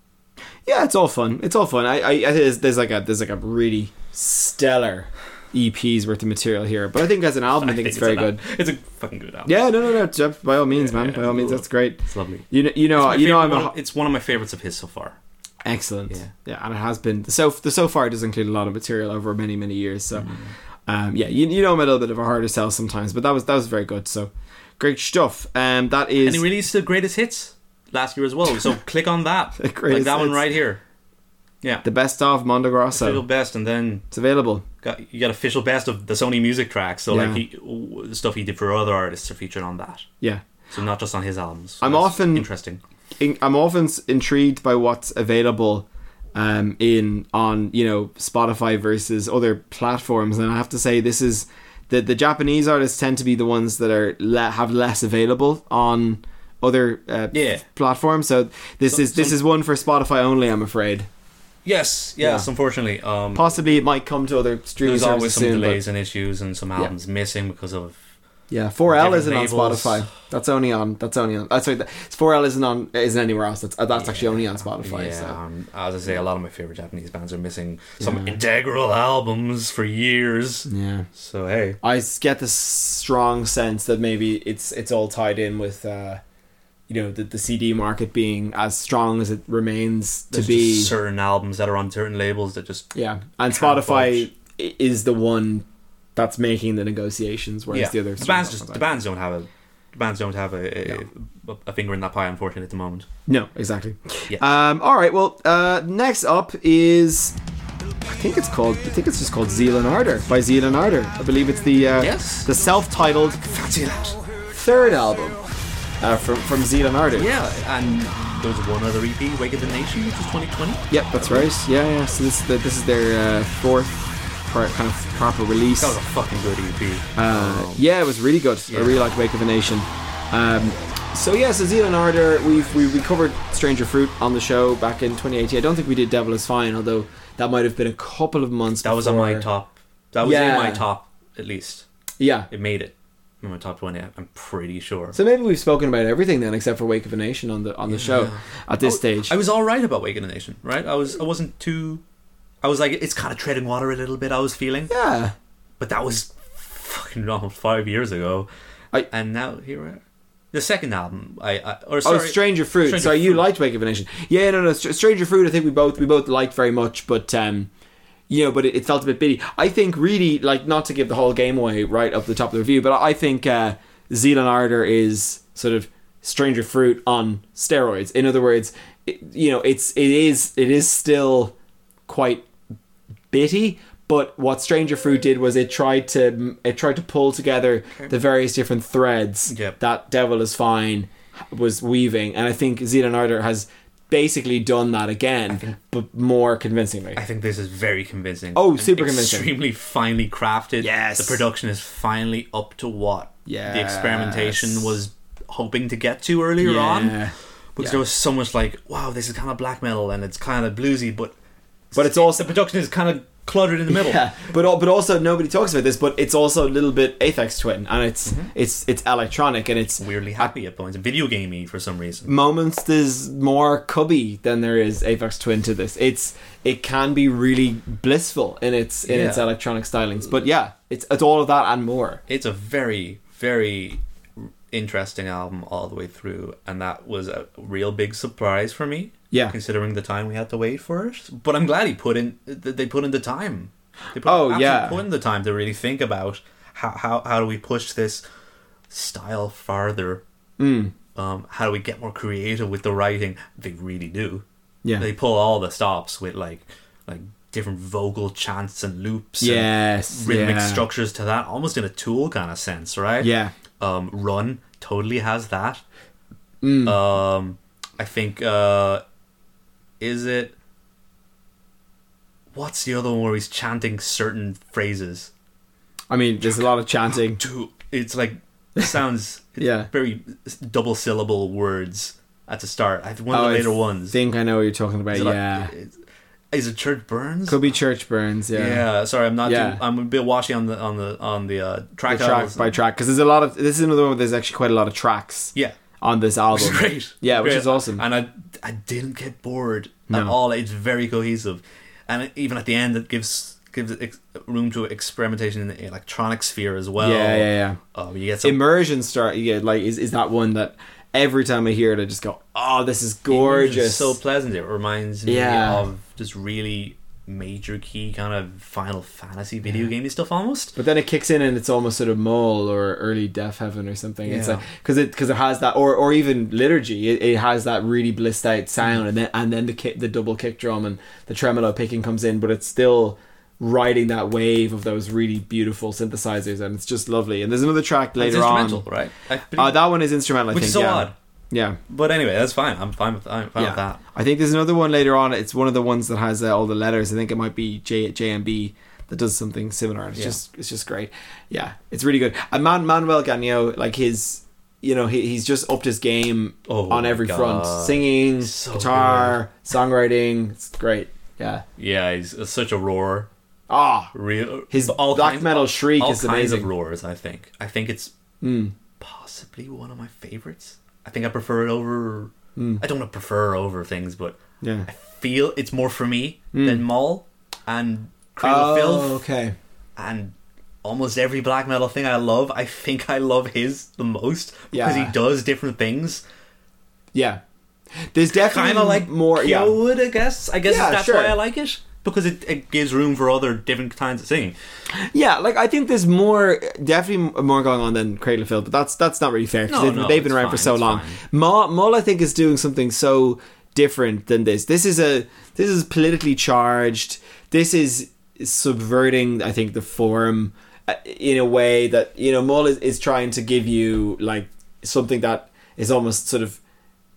yeah, it's all fun. It's all fun. I, I, I think there's, there's like a there's like a really stellar EP's worth of material here, but I think as an album, I think, it's very a- good. It's a fucking good album. Yeah, no, no, no. Jeff, by all means, man. By all means, that's great. It's lovely. You know, you know, My you know, I'm favorite- a, it's one of my favorites of his so far. Excellent. Yeah. Yeah. and it has been so. The so far does include a lot of material over many many years. So, Mm. um, yeah, you, you know I'm a little bit of a harder sell sometimes, but that was that was very good. So, great stuff. Um, that And is he released the greatest hits last year as well. So click on that, like that greatest one hits. right here. Yeah, the best of Mondo official Grosso. best, and then It's available. got, you got official best of the Sony music tracks. So Yeah. like he, w- the stuff he did for other artists are featured on that. Yeah, So not just on his albums. So I'm that's often- interesting. in, I'm often s- intrigued by what's available um, in on you know Spotify versus other platforms, and I have to say this is the the Japanese artists tend to be the ones that are le- have less available on other uh, Yeah. platforms. So this So- is this some- is one for Spotify only. I'm afraid. Yes, Yeah. yes. Unfortunately, um, Possibly it might come to other streaming there's services always some soon. but- delays and issues, and some albums missing because of yeah, 4L different isn't on labels. Spotify. That's only on. That's only on. uh, That's right. 4L isn't on. Isn't anywhere else. That's uh, that's actually only on Spotify. Yeah, So. um, as I say, a lot of my favorite Japanese bands are missing some integral albums for years. Yeah. So hey, I s- get the strong sense that maybe it's it's all tied in with uh, you know the, the CD market being as strong as it remains to there's be. just certain albums that are on certain labels that just yeah, and can't Spotify budge. i is the one that's making the negotiations, whereas yeah. the other bands just the bands don't have a the bands don't have a a, a, a finger in that pie, unfortunately, at the moment. no, exactly. Yeah. Um. All right. Well. Uh. Next up is. I think it's called. I think it's just called Zealand Ardor by Zealand Ardor. I believe it's the uh, Yes. the self-titled third album uh, from from Zealand Ardor. Yeah, and there was one other EP, Wake of the Nation, which is 2020. Yep, that's right. Yeah, yeah. So this the, this is their uh, fourth pro- kind of proper release. That was a fucking good E EP. Uh, yeah, it was really good. I really liked Wake of a Nation. Um, so yeah, so Zealand Ardor, we've we, we covered Stranger Fruit on the show back in 2018. I don't think we did Devil Is Fine, although that might have been a couple of months. that was on my before- top. That was Yeah. in my top, at least. Yeah. It made it in my top 20. I'm pretty sure. So maybe we've spoken about everything then, except for Wake of a Nation on the on the show at this stage. Oh, I was all right about Wake of the Nation, right? I was I wasn't too I was like it's kind of treading water a little bit I was feeling, yeah. but that was fucking almost 5 years ago. I- and now here we are. The second album I, I or Oh, sorry, Stranger Fruit. Stranger Sorry, you Fruit. liked Wake of a Nation. Yeah, no, no. Str- Stranger Fruit. I think we both we both liked very much, but um, you know, but it, it felt a bit bitty. I think really like not to give the whole game away right up the top of the review, but I I think uh, Zealand Ardor is sort of Stranger Fruit on steroids. In other words, it, you know, it's it is it is still quite bitty. But what Stranger Fruit did was it tried to it tried to pull together the various different threads Yep. that Devil is Fine was weaving, and I think Zealand Ardor has basically done that again, but more convincingly. I think this is very convincing. Oh, and super convincing. Extremely finely crafted. Yes. The production is finally up to what the Yes. experimentation was hoping to get to earlier Yeah. on. Because Yeah. there was so much like, wow, this is kind of black metal and it's kind of bluesy, but But it's also the production is kind of cluttered in the middle. Yeah, but al- but also nobody talks about this. But it's also a little bit Aphex Twin, and it's Mm-hmm. it's it's electronic, and it's Weirdly happy at points, video gamey for some reason. moments there's more cubby than there is Apex Twin to this. It's it can be really blissful in its in its Yeah. electronic stylings. But yeah, it's it's all of that and more. It's a very very interesting album all the way through, and that was a real big surprise for me. Yeah. considering the time we had to wait for it, but I'm glad he put in. that They put in the time. They put, Oh, actually yeah. put in the time to really think about how how how do we push this style farther. Hmm. Um, how do we get more creative with the writing? They really do. Yeah. they pull all the stops with like like different vocal chants and loops Yes, and rhythmic yeah. structures to that almost in a tool kind of sense right Yeah. um run totally has that Hmm. um i think uh is it what's the other one where he's chanting certain phrases I mean, there's a lot of chanting. to it's like it sounds Yeah. very double syllable words at the start i one of the I later ones think I know what you're talking about. Is it like- Oh, Yeah, is it Church Burns? could be church burns. yeah. Yeah, sorry, I'm not. Yeah. Too, I'm a bit washy on the on the on the uh, By track. track titles. by track because there's a lot of this is another one. Where there's actually quite a lot of tracks. Yeah, on this album. which is great. Yeah, which Great. is awesome. And I I didn't get bored at No. all. It's very cohesive, and even at the end, it gives gives ex- room to experimentation in the electronic sphere as well. Yeah, yeah, yeah. Um, you get some immersion start yeah like is, is that one that Every time I hear it, I just go, "Oh, this is gorgeous." It's so pleasant. It reminds me Yeah. of this really major key kind of Final Fantasy video gamey stuff almost. but then it kicks in and it's almost sort of mole or early deaf heaven or something. It's Yeah. like because it because it has that or or even liturgy. It, it has that really blissed out Mm. sound and then and then the kick, the double kick drum and the tremolo picking comes in, but it's still riding that wave of those really beautiful synthesizers and it's just lovely. And there's another track It's later instrumental, on. right? I Uh, believe- that one is instrumental, I which think. is so yeah. odd. Yeah. But anyway, that's fine. I'm fine with, I'm fine with that. I think there's another one later on. It's one of the ones that has uh, all the letters. I think it might be J JMB that does something similar. It's Yeah. just it's just great. Yeah, it's really good. And Man- Manuel Gagnon, like his, you know, he, he's just upped his game Oh on my every God. front: singing, So guitar, songwriting. It's great. Yeah. Yeah, he's it's such a roar. Ah, Real His all black kinds- metal shriek all is kinds amazing. of roars. I think. I think it's Mm. possibly one of my favorites. I think I prefer it over. I don't prefer over things, but Hmm. yeah. Hmm. I feel it's more for me than Maul and Cradle of Filth Oh, okay. and almost every black metal thing I love. I think I love his the most because Yeah. he does different things. Yeah. There's definitely Kind of like more. more yeah. would, I guess. I guess Yeah, that's sure. why I like it because it, it gives room for other different kinds of singing. Yeah, like I think there's more, definitely m- more going on than Cradle of Filth, but that's that's not really fair because No, they've, no, they've been it's around for fine, so it's long. fine. Maul, Maul, I think, is doing something so different than this. This is a this is politically charged. This is subverting, I think, the form uh, in a way that you know Maul is, is trying to give you like something that is almost sort of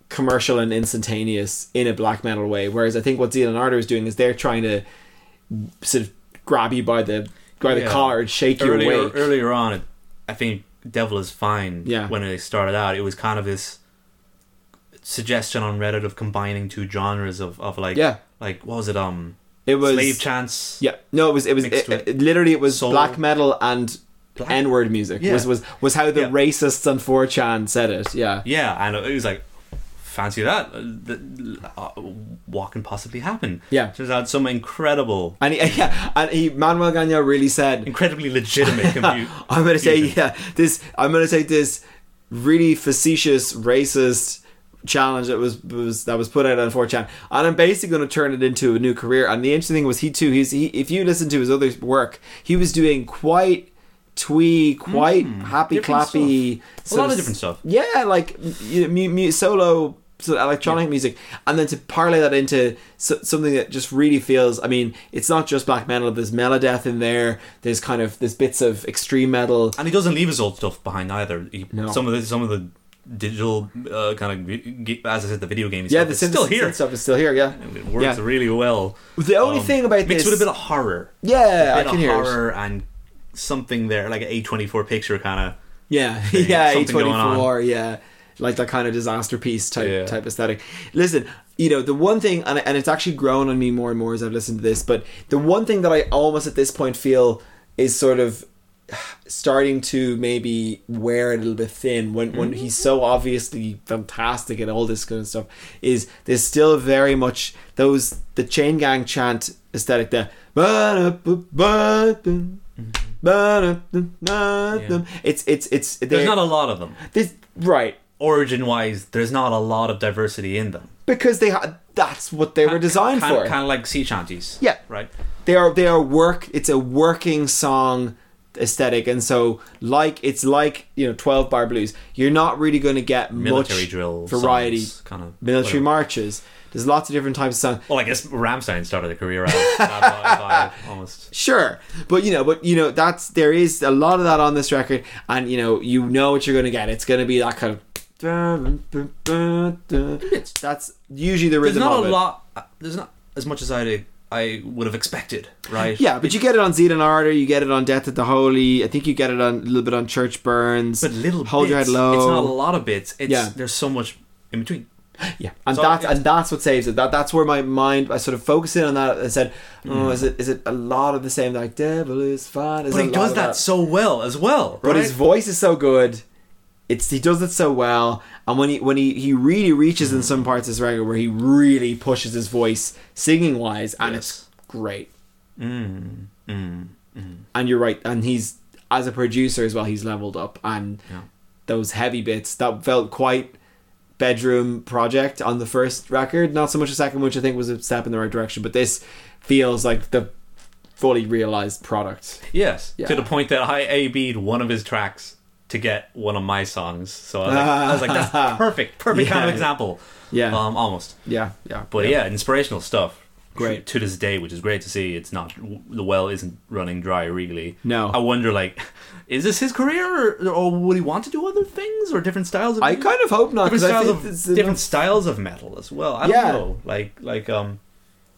commercial and instantaneous in a black metal way. Whereas I think what Zeal and Ardor is doing is they're trying to sort of grab you by the by the Yeah. collar and shake you earlier, awake. earlier on, it, I think Devil is Fine. Yeah. When they started out, it was kind of this suggestion on Reddit of combining two genres of, of like Yeah. like what was it um It was slave chance yeah, no, it was it was it, Mixed with it- literally it was soul. black metal and Black- N-word music Yeah. was was was how the Yeah. racists on 4chan said it. Yeah, yeah and it was like fancy that Uh, th- uh, what can possibly happen Yeah. turns out some incredible and he, yeah, and he Manuel Gagnon really said, incredibly legitimate compute I'm gonna say confusion. yeah. This I'm gonna take this really facetious racist challenge that was, was that was put out on 4chan and I'm basically going to turn it into a new career and the interesting thing was he too he's he, if you listen to his other work he was doing quite twee quite happy Hmm, different clappy a lot sort of different stuff yeah, like you know, mu- mu- solo so electronic music, and then to parlay that into so- something that just really feels. I mean, it's not just black metal. There's melodeath in there. There's kind of there's bits of extreme metal. and he doesn't leave his old stuff behind either. He, No. Some of the some of the digital uh, kind of vi- gi- as I said the video game Yeah, stuff the is synth- still here. synth stuff is still here. Yeah, And It works Yeah. really well. The only Um, thing about mixed this- with a bit of horror, yeah, a I bit can of hear it. horror and something there like an A twenty four picture kind of. Yeah, thing, yeah, A something going twenty on. four, yeah, like that kind of disaster piece type Yeah. type aesthetic. Listen, you know the one thing, and and it's actually grown on me more and more as I've listened to this. But the one thing that I almost at this point feel is sort of starting to maybe wear a little bit thin when when Mm-hmm. he's so obviously fantastic and all this kind of stuff is there's still very much those the chain gang chant aesthetic there Mm-hmm. it's it's it's There's not a lot of them. this right Origin wise, there's not a lot of diversity in them. because they ha- that's what they were designed kind, for. Kind of like sea shanties. Yeah. Right. they are they are work. It's a working song aesthetic, and so like it's like you know twelve bar blues. You're not really going to get Military much drill variety. kind of Military marches. There's lots of different types of songs. Well, I guess Ramstein started a career out of that vibe, almost. Sure, but you know, but you know, that's there is a lot of that on this record, and you know, you know what you're going to get. It's going to be that kind of. That's usually the there's rhythm. not of a it. uh, lot. There's not as much as I I would have expected, right? Yeah, but you get it on Zeal and Ardor, you get it on Death at the Holy. I think you get it on a little bit on Church Burns. but little Hold bits. Your Head Low. It's not a lot of bits. It's Yeah. there's so much in between. yeah, and So, that's yeah. and that's what saves it. That that's where my mind I sort of focused in on that and said, "Oh, is it is it a lot of the same? Like Devil is fine." Is Mm. But it a he lot does of that, so well as well, but right? his voice is so good. It's he does it so well, and when he when he he really reaches Mm. in some parts of this record where he really pushes his voice singing wise, and it's great. Mm, mm. and you're right and he's as a producer as well he's leveled up and Yeah. those heavy bits that felt quite bedroom project on the first record. Not so much the second, which I think was a step in the right direction, but this feels like the fully realized product. Yes, Yeah. to the point that I AB'd one of his tracks to get one of my songs. So I was like, I was like that's perfect, perfect kind Yeah. of example. Yeah. um, almost. Yeah, yeah, But yeah. inspirational stuff. Great. to this day, which is great to see. It's not the well isn't running dry really. No. I wonder like, is this his career or, or would he want to do other things or different styles? Of I kind of hope not different because I styles think of it's different styles of metal as well. I Yeah. don't know, like like um,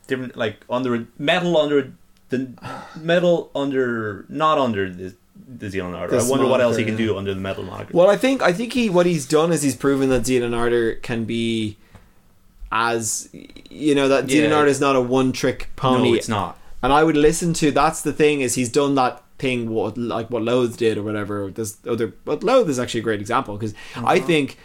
different like under a- metal under a- the metal under not under the the Zealand art. This I wonder what else he can moniker, yeah. do under the metal moniker. Well, I think I think he what he's done is he's proven that Dean and Arter can be as you know that Dean and Yeah. Arter is not a one trick pony. no, it's not. And I would listen to that's the thing is he's done that thing what like what Loath did or whatever. This other but Loath is actually a great example because I think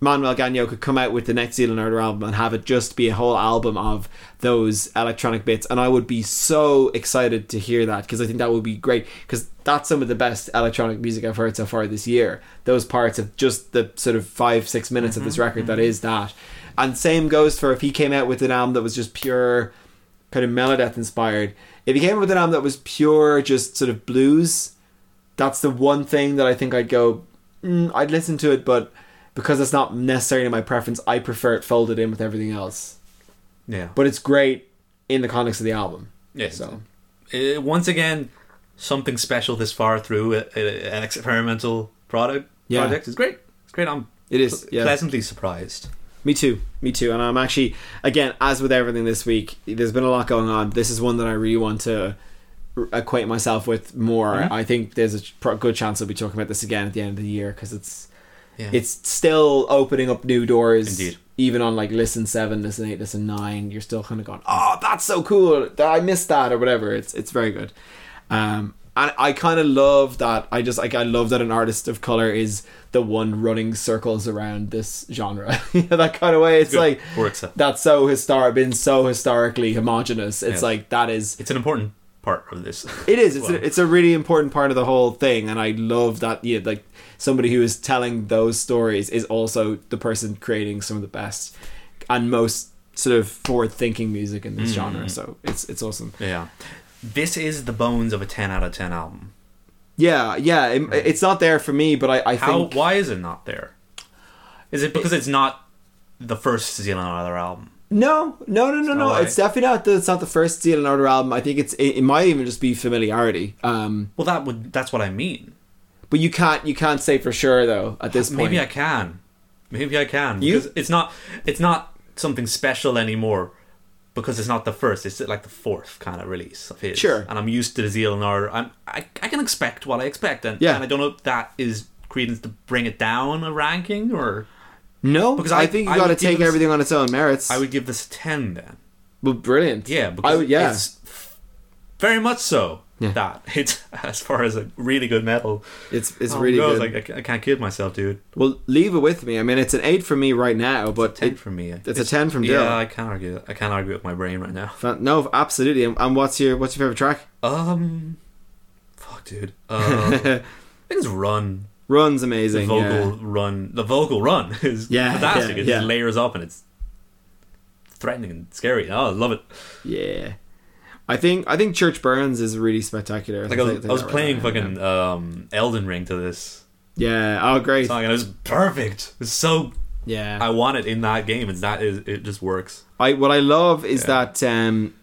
Manuel Gagnon could come out with the next Zealand Order album and have it just be a whole album of those electronic bits, and I would be so excited to hear that because I think that would be great because that's some of the best electronic music I've heard so far this year. Those parts of just the sort of five six minutes of this record that is that, and same goes for if he came out with an album that was just pure kind of Megadeth inspired. If he came up with an album that was pure, just sort of blues, that's the one thing that I think I'd go, mm, I'd listen to it, but because it's not necessarily my preference, I prefer it folded in with everything else. Yeah, But it's great in the context of the album. Yeah. So Uh, once again, something special this far through a, a, an experimental product Yeah. project is great. It's great. I'm it is. Yeah. pleasantly surprised. Me too. Me too. And I'm actually, again, as with everything this week, there's been a lot going on. This is one that I really want to r- acquaint myself with more. Mm-hmm. I think there's a pro- good chance I'll be talking about this again at the end of the year because it's Yeah. it's still opening up new doors. Indeed. Even on like listen seven, listen eight, listen nine, you're still kind of going, oh, that's so cool. Th- I missed that or whatever. It's it's very good. Um, and I kind of love that. I just like I love that an artist of color is the one running circles around this genre. you know, that kind of way. It's Good. like Works out. that's so historic, been so historically homogenous. It's Yes. like that is It's an important part of this. it is. It's, Well- a, it's a really important part of the whole thing, and I love that. Yeah, like somebody who is telling those stories is also the person creating some of the best and most sort of forward-thinking music in this Mm-hmm. genre. So it's it's awesome. yeah. This is the bones of a 10 out of 10 album. Yeah, yeah. It, it's not there for me, but I, I How? think Why is it not there? Is it because it's not the first Zealand Other album? no, no, no, no, no. alright. It's definitely not. The, it's not the first Steel and Order album. I think it's it, it might even just be familiarity. Um, Well, that would. That's what I mean. but you can't you can't say for sure though at this point. Maybe I can. Maybe I can. You- Because it's not. It's not something special anymore. Because it's not the first. It's like the fourth kind of release of his. Sure. And I'm used to the Zealand Order. I'm. I, I can expect what I expect, and Yeah. And I don't know if that is credence to bring it down a ranking or. no, because Because I, I- think I you got to would give take this- everything on its own merits. I would give this a ten then. Well, brilliant. Yeah, I because would- yeah. it's very much so Yeah. that it's as far as a really good metal. It's it's Oh, really no, good. it's Like, I, I can't kid myself, dude. well, leave it with me. I mean, it's an eight from me right now, but Ten it, from me. it's a ten from Dylan. Yeah, I can't argue. I can't argue with my brain right now. Fa- no, absolutely. And, and what's your what's your favorite track? Um, fuck, dude. Uh, I think it's run. Runs The amazing. vocal yeah. run. The vocal run is Yeah, fantastic. yeah, it yeah. just layers up and it's threatening and scary. Oh, I love it. Yeah. I think I think Church Burns is really spectacular. Like I was, I was playing fucking um, Elden Ring to this Yeah. Oh, great. song and it was perfect. It's so Yeah. I want it in that game. It's that is it just works. I what I love is Yeah. that um,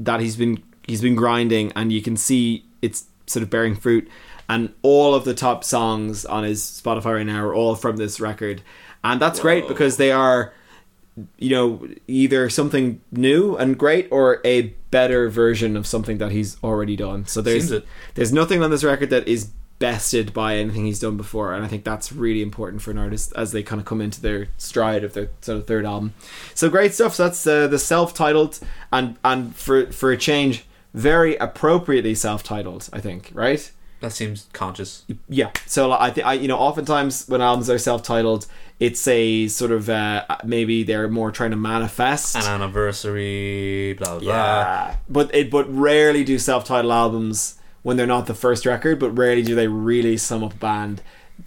that he's been he's been grinding, and you can see it's sort of bearing fruit. And all of the top songs on his Spotify right now are all from this record, and that's great Whoa. because they are, you know, either something new and great or a better version of something that he's already done. So there's Seems it. there's nothing on this record that is bested by anything he's done before and i think that's really important for an artist as they kind of come into their stride of their sort of third album so great stuff so that's uh, the self-titled and and for for a change very appropriately self-titled i think right That seems conscious. yeah so like, i think i you know oftentimes when albums are self-titled it's a sort of uh maybe they're more trying to manifest An anniversary, blah blah. blah. yeah. Uh, But it but rarely do self titled albums when they're not the first record, but rarely do they really sum up a band.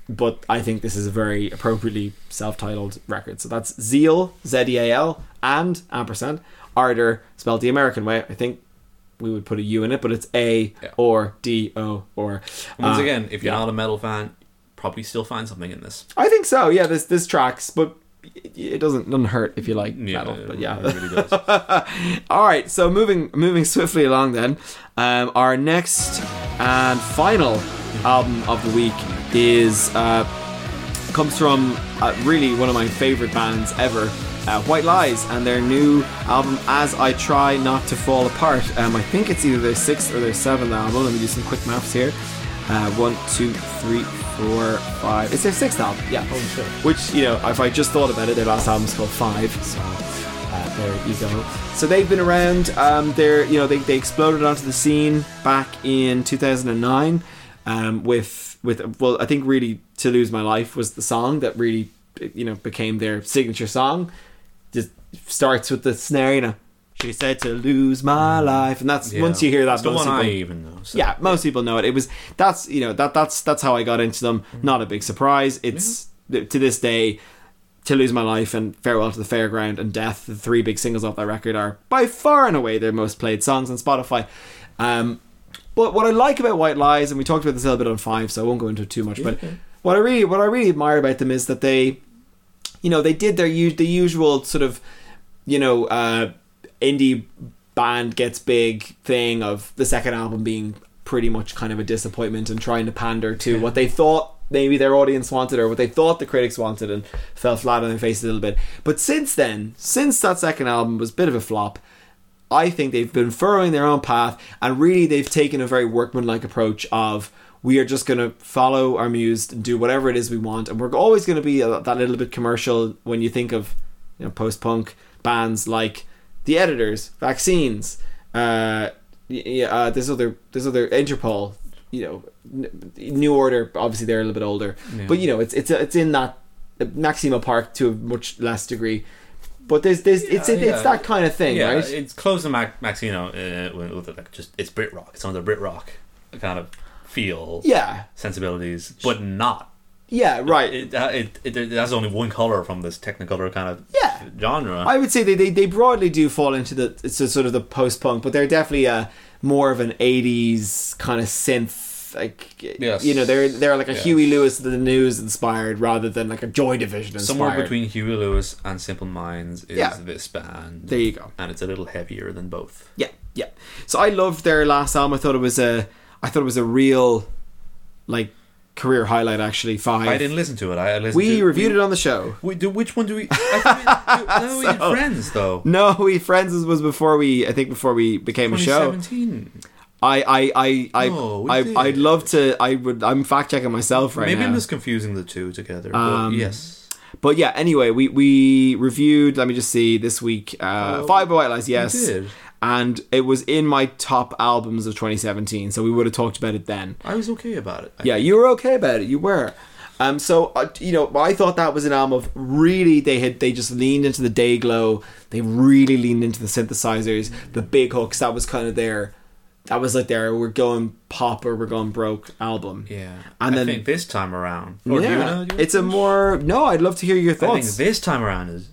but I think this is a very appropriately self-titled record. So that's Zeal, Z-E-A-L, and ampersand Ardor, spelled the American way. I think we would put a U in it, but it's A Yeah. or D O or. Once uh, again, if you're yeah. not a metal fan, probably still find something in this. I think so. Yeah, this this tracks, but it- it doesn't doesn't hurt if you like Yeah, metal. But it yeah. really does. All right. So moving moving swiftly along then, um, our next and final album of the week is uh, comes from uh, really one of my favorite bands ever. Uh, White Lies and their new album As I Try Not to Fall Apart. Um, I think it's either their sixth or their seventh album. Let me do some quick maths here. Uh, one, two, three, four, five. It's their sixth album, yeah. Holy shit. Which, you know, if I just thought about it, their last album's called Five, so uh, there you go. So they've been around. Um, they're you know they, they exploded onto the scene back in 2009 um, with with well I think really to lose my life was the song that really you know became their signature song. Just starts with the snare, you know. She said to lose my life, and that's Yeah. once you hear that, It's the most one I people- even know. so- yeah, most people know it. It was that's you know that that's that's how I got into them. Not a big surprise. It's th- to this day, "To Lose My Life" and "Farewell to the Fairground" and "Death." The three big singles off that record are by far and away their most played songs on Spotify. Um, but what I like about White Lies, and we talked about this a little bit on Five, so I won't go into it too much. But what I really what I really admire about them is that they you know they did their u- the usual sort of you know uh indie band gets big thing of the second album being pretty much kind of a disappointment and trying to pander to what they thought maybe their audience wanted or what they thought the critics wanted and fell flat on their face a little bit but since then since that second album was a bit of a flop I think they've been furrowing their own path, and really they've taken a very workmanlike approach of we are just going to follow our muse and do whatever it is we want, and we're always going to be a, that little bit commercial when you think of you know post punk bands like the Editors, Vaccines, uh, y- y- uh, this other this other Interpol, you know, N- New Order. Obviously, they're a little bit older, Yeah. but you know, it's it's it's in that Maxima Park to a much less degree. But there's, there's it's Yeah, it's yeah. that kind of thing, yeah, right? it's close to Mac- Maxino uh, with, with like just it's Brit rock. It's on the Brit rock kind of feel Yeah, sensibilities, but not. yeah, right. It, uh, it, it, it has only one color from this Technicolor kind of Yeah. genre. I would say they, they, they broadly do fall into the it's a sort of the post punk, but they're definitely a more of an '80s kind of synth, like Yes. you know, they're they're like a Yes. Huey Lewis of the News inspired rather than like a Joy Division inspired. Somewhere between Huey Lewis and Simple Minds is Yeah. this band. There you go. And it's a little heavier than both. Yeah, yeah. So I loved their last album. I thought it was a I thought it was a real like career highlight actually. Five. I, didn't listen to it. I I listened we to, reviewed it on the show. We, do, which one do we? I thought we, no, we did Friends though. No, we friends was before we I think before we became a show. 2017. I I I I No, Oh, we did. I I'd love to. I would. I'm fact checking myself right Maybe now. I'm just confusing the two together. Um, but yes. But yeah. Anyway, we we reviewed. Let me just see this week. Uh, Oh, Five White Lies. Yes. did. And it was in my top albums of 2017, so we would have talked about it then. I was okay about it. I Yeah, you were okay about it. You were. Um, so uh, you know, I thought that was an album of really they had they just leaned into the day glow. They really leaned into the synthesizers, the big hooks. That was kind of their, that was like their we're going pop or we're going broke album. Yeah, And and then- I think this time around, or do yeah, you know, do you it's a know? more no. I'd love to hear your I think thoughts. this time around is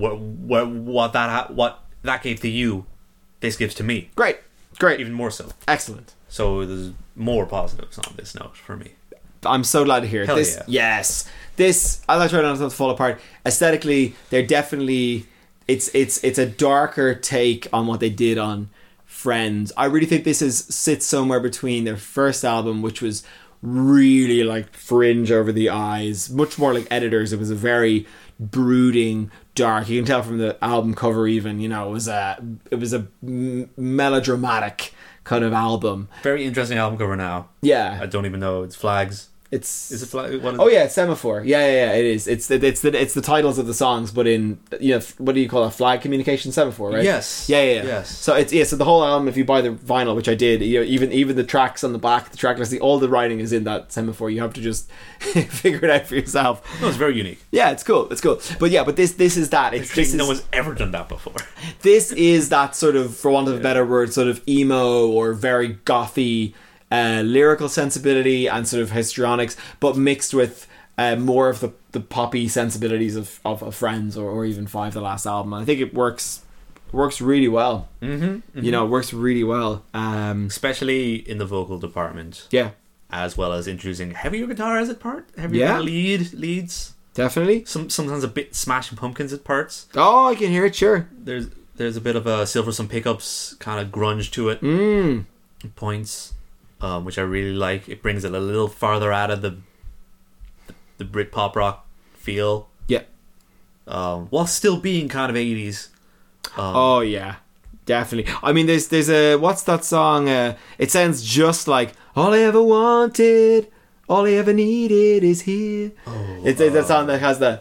what what what that ha- what that gave to you, this gives to me Great, great, even more so. excellent. So there's more positives on this note for me. I'm so glad to hear it. Hell this. yeah. Yes, this. I like trying not to fall apart. Aesthetically, they're definitely. It's it's it's a darker take on what they did on Friends. I really think this is sits somewhere between their first album, which was really like fringe over the eyes, much more like editors. It was a very brooding, dark. You can tell from the album cover, even you know, it was a it was a m- melodramatic kind of album. Very interesting album cover now. I Yeah, don't even know it's flags. it's Is it flag? What is Oh yeah, it's semaphore. Yeah, yeah, yeah. It is. It's the, it's the it's the titles of the songs, but in you know f- what do you call that flag communication semaphore, right? Yes. Yeah, yeah, yeah. Yes. So it's yeah. So the whole album, if you buy the vinyl, which I did, you know, even even the tracks on the back, the track list, the, all the writing is in that semaphore. You have to just figure it out for yourself. No, it's very unique. Yeah, it's cool. It's cool. But yeah, but this this is that. It's this no is, one's ever done that before. this is that sort of, for want of a better word, sort of emo or very gothy uh, lyrical sensibility and sort of histrionics, but mixed with uh, more of the, the poppy sensibilities of, of, of Friends or, or even Five, the last album. And I think it works works really well. Mm-hmm, You know, it works really well. Um, especially in the vocal department, yeah, as well as introducing heavier guitar as it part, heavier Yeah. guitar lead leads. definitely. Some sometimes a bit smashing pumpkins at parts. Oh, I can hear it. Sure. There's there's a bit of a Silverstone pickups kind of grunge to it. Mm. points, um, which I really like. It brings it a little farther out of the the, the Brit pop rock feel, Yeah. um, while still being kind of eighties. Oh yeah, definitely. I mean, there's there's a what's that song? Uh, it sounds just like all I ever wanted, all I ever needed is here. Oh, it's, it's that song that has the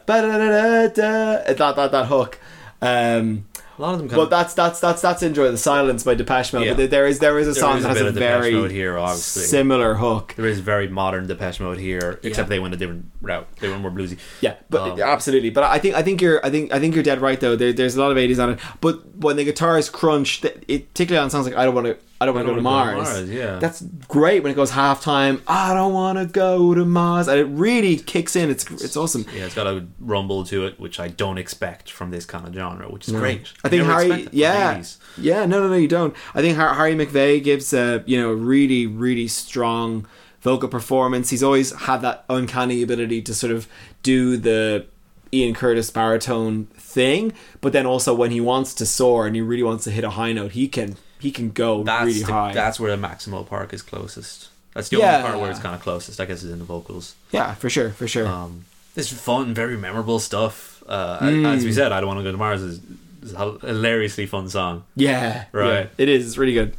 ba-da-da-da-da, it's that that that hook. Um, A lot of them kind but of that's that's that's that's enjoy the silence by Depeche Mode. Yeah. But there- there is there is a song is a that has bit a of Depeche very Mode here, obviously. similar hook. there is very modern Depeche Mode here, except Yeah. they went a different route. They went more bluesy. Yeah, but Um, absolutely. But I think I think you're I think I think you're dead right though. There, there's a lot of 80s on it. But when the guitar is crunched, th- it particularly on songs like I don't want to I don't want to go to Wanna Go Mars. to Mars, yeah. that's great when it goes half time. I don't want to go to Mars, and it really kicks in. It's it's awesome. Yeah, it's got a rumble to it, which I don't expect from this kind of genre, which is great. I think Never Harry, expect that from the yeah, 80s. yeah, no, no, no, you don't. I think Har- Harry McVeigh gives a you know really, really strong vocal performance. He's always had that uncanny ability to sort of do the Ian Curtis baritone thing, but then also when he wants to soar and he really wants to hit a high note, he can he can go that's really the- high. that's where the Maximal Park is closest. That's the Yeah. only part where it's kind of closest. I guess is in the vocals. yeah, for sure, for sure. Um, this is fun, very memorable stuff. Uh, As Hmm. we said, I don't want to go to Mars is, is a hilariously fun song. Yeah. Right. yeah, it is. It's really good.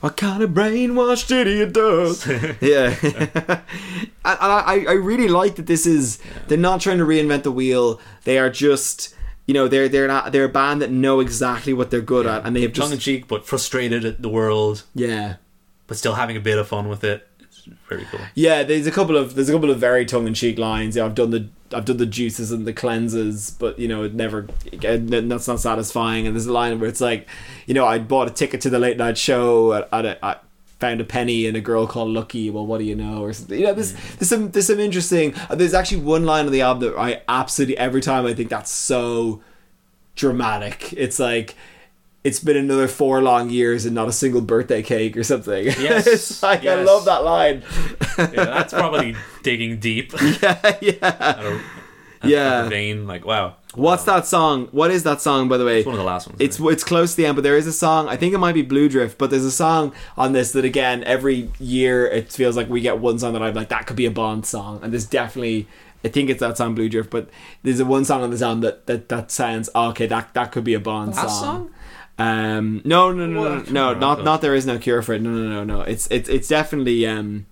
What kind of brainwashed idiot does? yeah. and and I, I really like that this is they're not trying to reinvent the wheel. They are just you know, they're they're not they're a band that know exactly what they're good at and they have Tongue in just cheek, but frustrated at the world, Yeah. but still having a bit of fun with it. It's very cool. Yeah, there's a couple of there's a couple of very tongue in cheek lines. Yeah, I've done the I've done the juices and the cleanses, but you know it never again, n- that's not satisfying. And there's a line where it's like, you know, I bought a ticket to the late night show. At, at a, I found a penny in a girl called Lucky. Well, what do you know? Or something. You know, there's Mm. there's some there's some interesting. uh, There's actually one line on the album that I absolutely every time I think that's so dramatic. It's like. It's been another four long years and not a single birthday cake or something. Yes, it's like I yes. love that line. Yeah, that's probably digging deep. yeah. at a- at- Yeah. at the vein, like wow. What's that song? What is that song, by the way? It's one of the last ones. I It's think. it's close to the end, but there is a song. I think it might be Blue Drift, but there's a song on this that again every year it feels like we get one song that I'm like that could be a Bond song, and there's definitely I think it's that song Blue Drift, but there's a one song on this album that that that sounds okay that that could be a Bond Last song. Um, no, no, no, no, What? no, No, not no. not there is no cure for it. No, no, no, no. It's it's it's definitely um,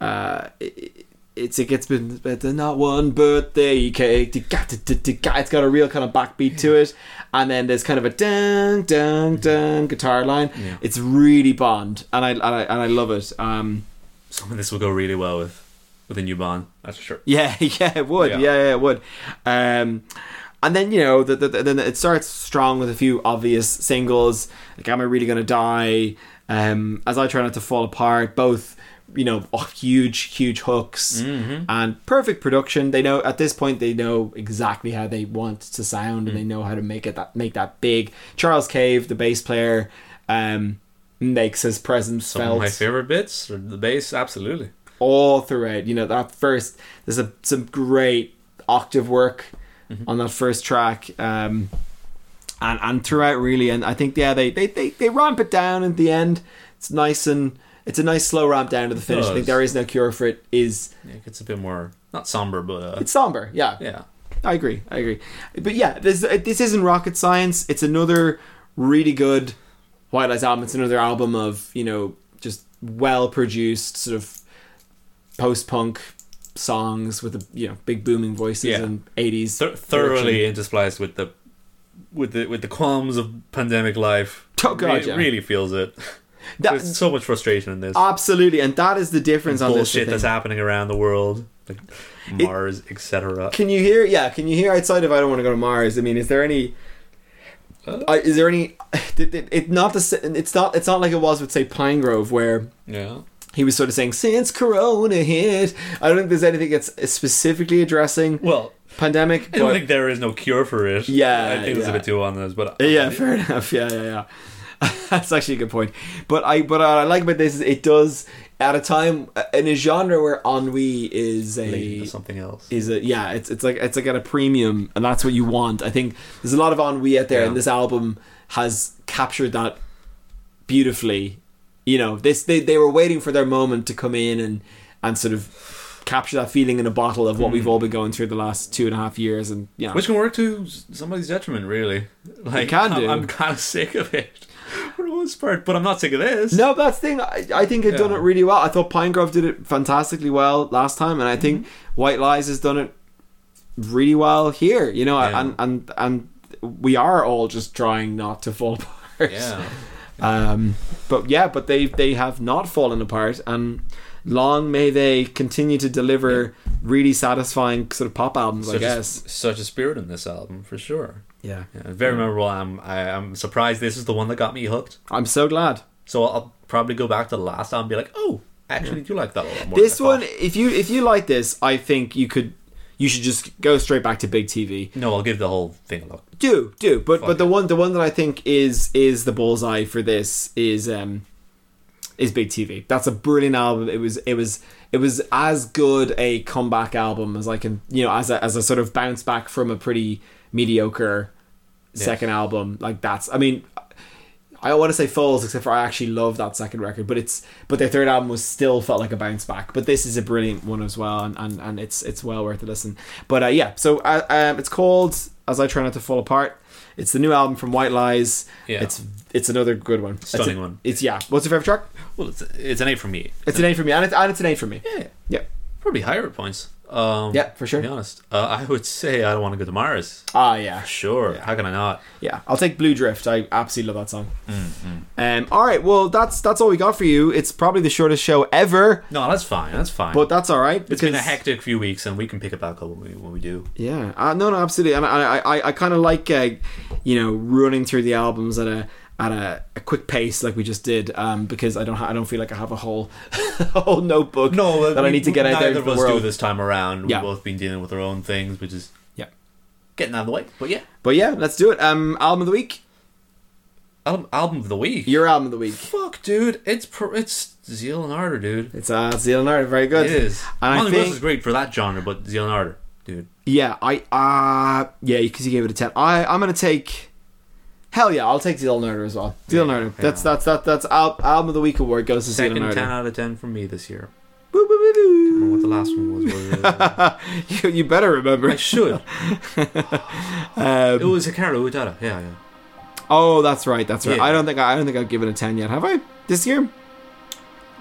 uh, it, it's it gets been better not one birthday cake. It's got a real kind of backbeat to it, and then there's kind of a dun dun dun guitar line. Yeah. It's really Bond, and I and I, and I love it. Um, some of this will go really well with with a new bond. That's for sure. yeah, yeah, it would. Yeah, Yeah. yeah, it would. Um, and then you know, the, the, the- then it starts strong with a few obvious singles like "Am I Really Gonna Die," um, "As I Try Not to Fall Apart." Both, you know, oh, huge, huge hooks Mm-hmm. and perfect production. They know at this point they know exactly how they want to sound Mm. and they know how to make it that make that big. Charles Cave, the bass player, um, makes his presence Some felt of my favorite bits, or the bass, absolutely. all throughout. You know, that first there's a, some great octave work on that first track. Um and, and throughout really and I think yeah they, they, they, they ramp it down at the end. It's nice and it's a nice slow ramp down to the finish. I think does. there is no cure for it is Yeah, it gets a bit more not somber, but uh, it's somber, yeah. yeah. I agree. I agree. But yeah, this uh, this isn't rocket science. It's another really good White Lies album. It's another album of you know just well produced sort of post punk songs with a you know big booming voices Yeah. and eighties Thor- thoroughly interspliced with the with the with the qualms of pandemic life. Oh, God, Re- yeah. really feels it. There's so much frustration in this absolutely, and that is the difference on this. I bullshit think. that's happening around the world, like Mars, etc. Can you hear? Yeah, can you hear outside of "I don't want to go to Mars"? I mean, is there any? Uh. I is there any? It, it, it not the. s- It's not. It's not like it was with say Pine Grove, where Yeah, he was sort of saying since Corona hit. I don't think there's anything that's specifically addressing Well, pandemic. I don't but- think there is no cure for it. Yeah, I think it's yeah. a bit too on this, but Yeah, fair enough. Yeah, yeah, yeah. That's actually a good point. But I, but I like about this is it does at a time uh, in a genre where ennui is a Leading to something else. is a yeah. It's it's like it's like at a premium, and that's what you want. I think there's a lot of ennui out there, Yeah. and this album has captured that beautifully. You know, this they they were waiting for their moment to come in and and sort of capture that feeling in a bottle of what we've all been going through the last two and a half years, and yeah, Which can work to somebody's detriment, really. Like can I'm, do. I'm kind of sick of it for the most part, but I'm not sick of this. No, that's the thing. I, I think had done Yeah. it really well. I thought Pinegrove did it fantastically well last time, and I think Mm-hmm. White Lies has done it really well here. You know, Yeah. and and and we are all just trying not to fall apart. Yeah. Um. But yeah, but they they have not fallen apart, and long may they continue to deliver really satisfying sort of pop albums. I Such a, guess. such a spirit in this album for sure. yeah. Yeah, very memorable. I'm I, I'm surprised this is the one that got me hooked. I'm so glad. So I'll probably go back to the last album and be like, oh, I actually do like that a lot more. this than I one thought." if you if you like this i think you could you should just go straight back to big tv No, I'll give the whole thing a look. do do but Fuck but the one the one that i think is is the bullseye for this is um is big tv that's a brilliant album it was it was it was as good a comeback album as i can you know as a as a sort of bounce back from a pretty mediocre second album like that's i mean I want to say Falls, except for I actually love that second record, but it's but their third album was still felt like a bounce back. But this is a brilliant one as well, and and, and it's it's well worth a listen. But uh, yeah, so uh, um, it's called As I Try Not to Fall Apart. It's the new album from White Lies. Yeah. It's it's another good one. It's Stunning a- one. It's yeah. What's your favorite track? Well, it's it's an eight from me. It's an eight for me, and it's and it's an eight for me. Yeah, Yeah. probably higher at points. Um, Yeah, for sure. To be honest, uh, I would say I don't want to go to Mars. Ah yeah. Sure, how can I not? yeah i'll take blue drift i absolutely love that song Mm-hmm. um all right well that's that's all we got for you it's probably the shortest show ever No, that's fine. That's fine. but that's all right it's been a because- hectic few weeks, and we can pick it back up when we when we do. yeah uh, no no absolutely and i i i, I kind of like uh, you know running through the albums at a at a, a quick pace like we just did um because i don't ha- i don't feel like i have a whole whole notebook that i we- need to get out there neither to the of us do world this time around. Yeah. We've both been dealing with our own things, which is yeah getting out of the way. But yeah, but yeah let's do it um album of the week album, album of the week. your album of the week fuck, dude. It's pr- it's Zeal and Ardor, dude. it's uh Zealand very good It is. and i Monty Wilson's think is great for that genre, but Zeal and Ardor, dude. Yeah, I uh yeah, because you gave it a ten. I I'm gonna take. Hell yeah, I'll take Dylan Nerder as well. Dylan Yeah, Nerder. yeah. That's that's that that's al- album of the week award goes to Dylan Second ten Nerder. out of ten from me this year. Woo, woo, I don't know woo, what the last one was. was it- woo. you, you better remember. I should. It Um, was Hikaru Utada. Yeah, yeah. oh, that's right. That's right. Yeah. I don't think I, I don't think I've given a ten yet. Have I this year?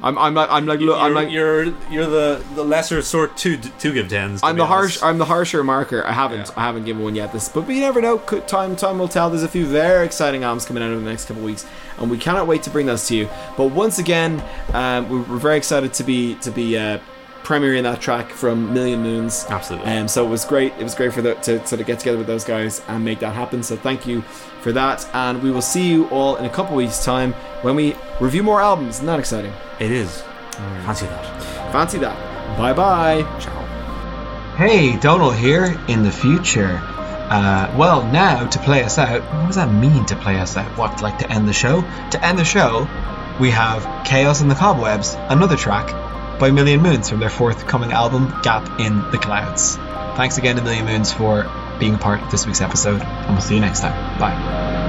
I'm I'm like I'm like look, I'm you're, like you're you're the the lesser sort to to give tens. to I'm be the honest. harsh I'm the harsher marker. I haven't Yeah. I haven't given one yet. This, but you never know. Could- Time time will tell. There's a few very exciting albums coming out over the next couple of weeks, and we cannot wait to bring those to you. But once again, um, we're, we're very excited to be to be uh, premiering that track from Million Moons. Absolutely. Um, so it was great. It was great for the, to sort of get together with those guys and make that happen. So thank you for that, and we will see you all in a couple of weeks' time when we review more albums. Isn't that exciting? It is. Fancy that. Fancy that. Bye bye. Ciao. Hey, Donald here in the future. Uh, well, now to play us out, what does that mean to play us out? What, like to end the show? To end the show, we have Chaos in the Cobwebs, another track by Million Moons from their forthcoming album, Gap in the Clouds. Thanks again to Million Moons for being a part of this week's episode, and we'll see you next time. Bye.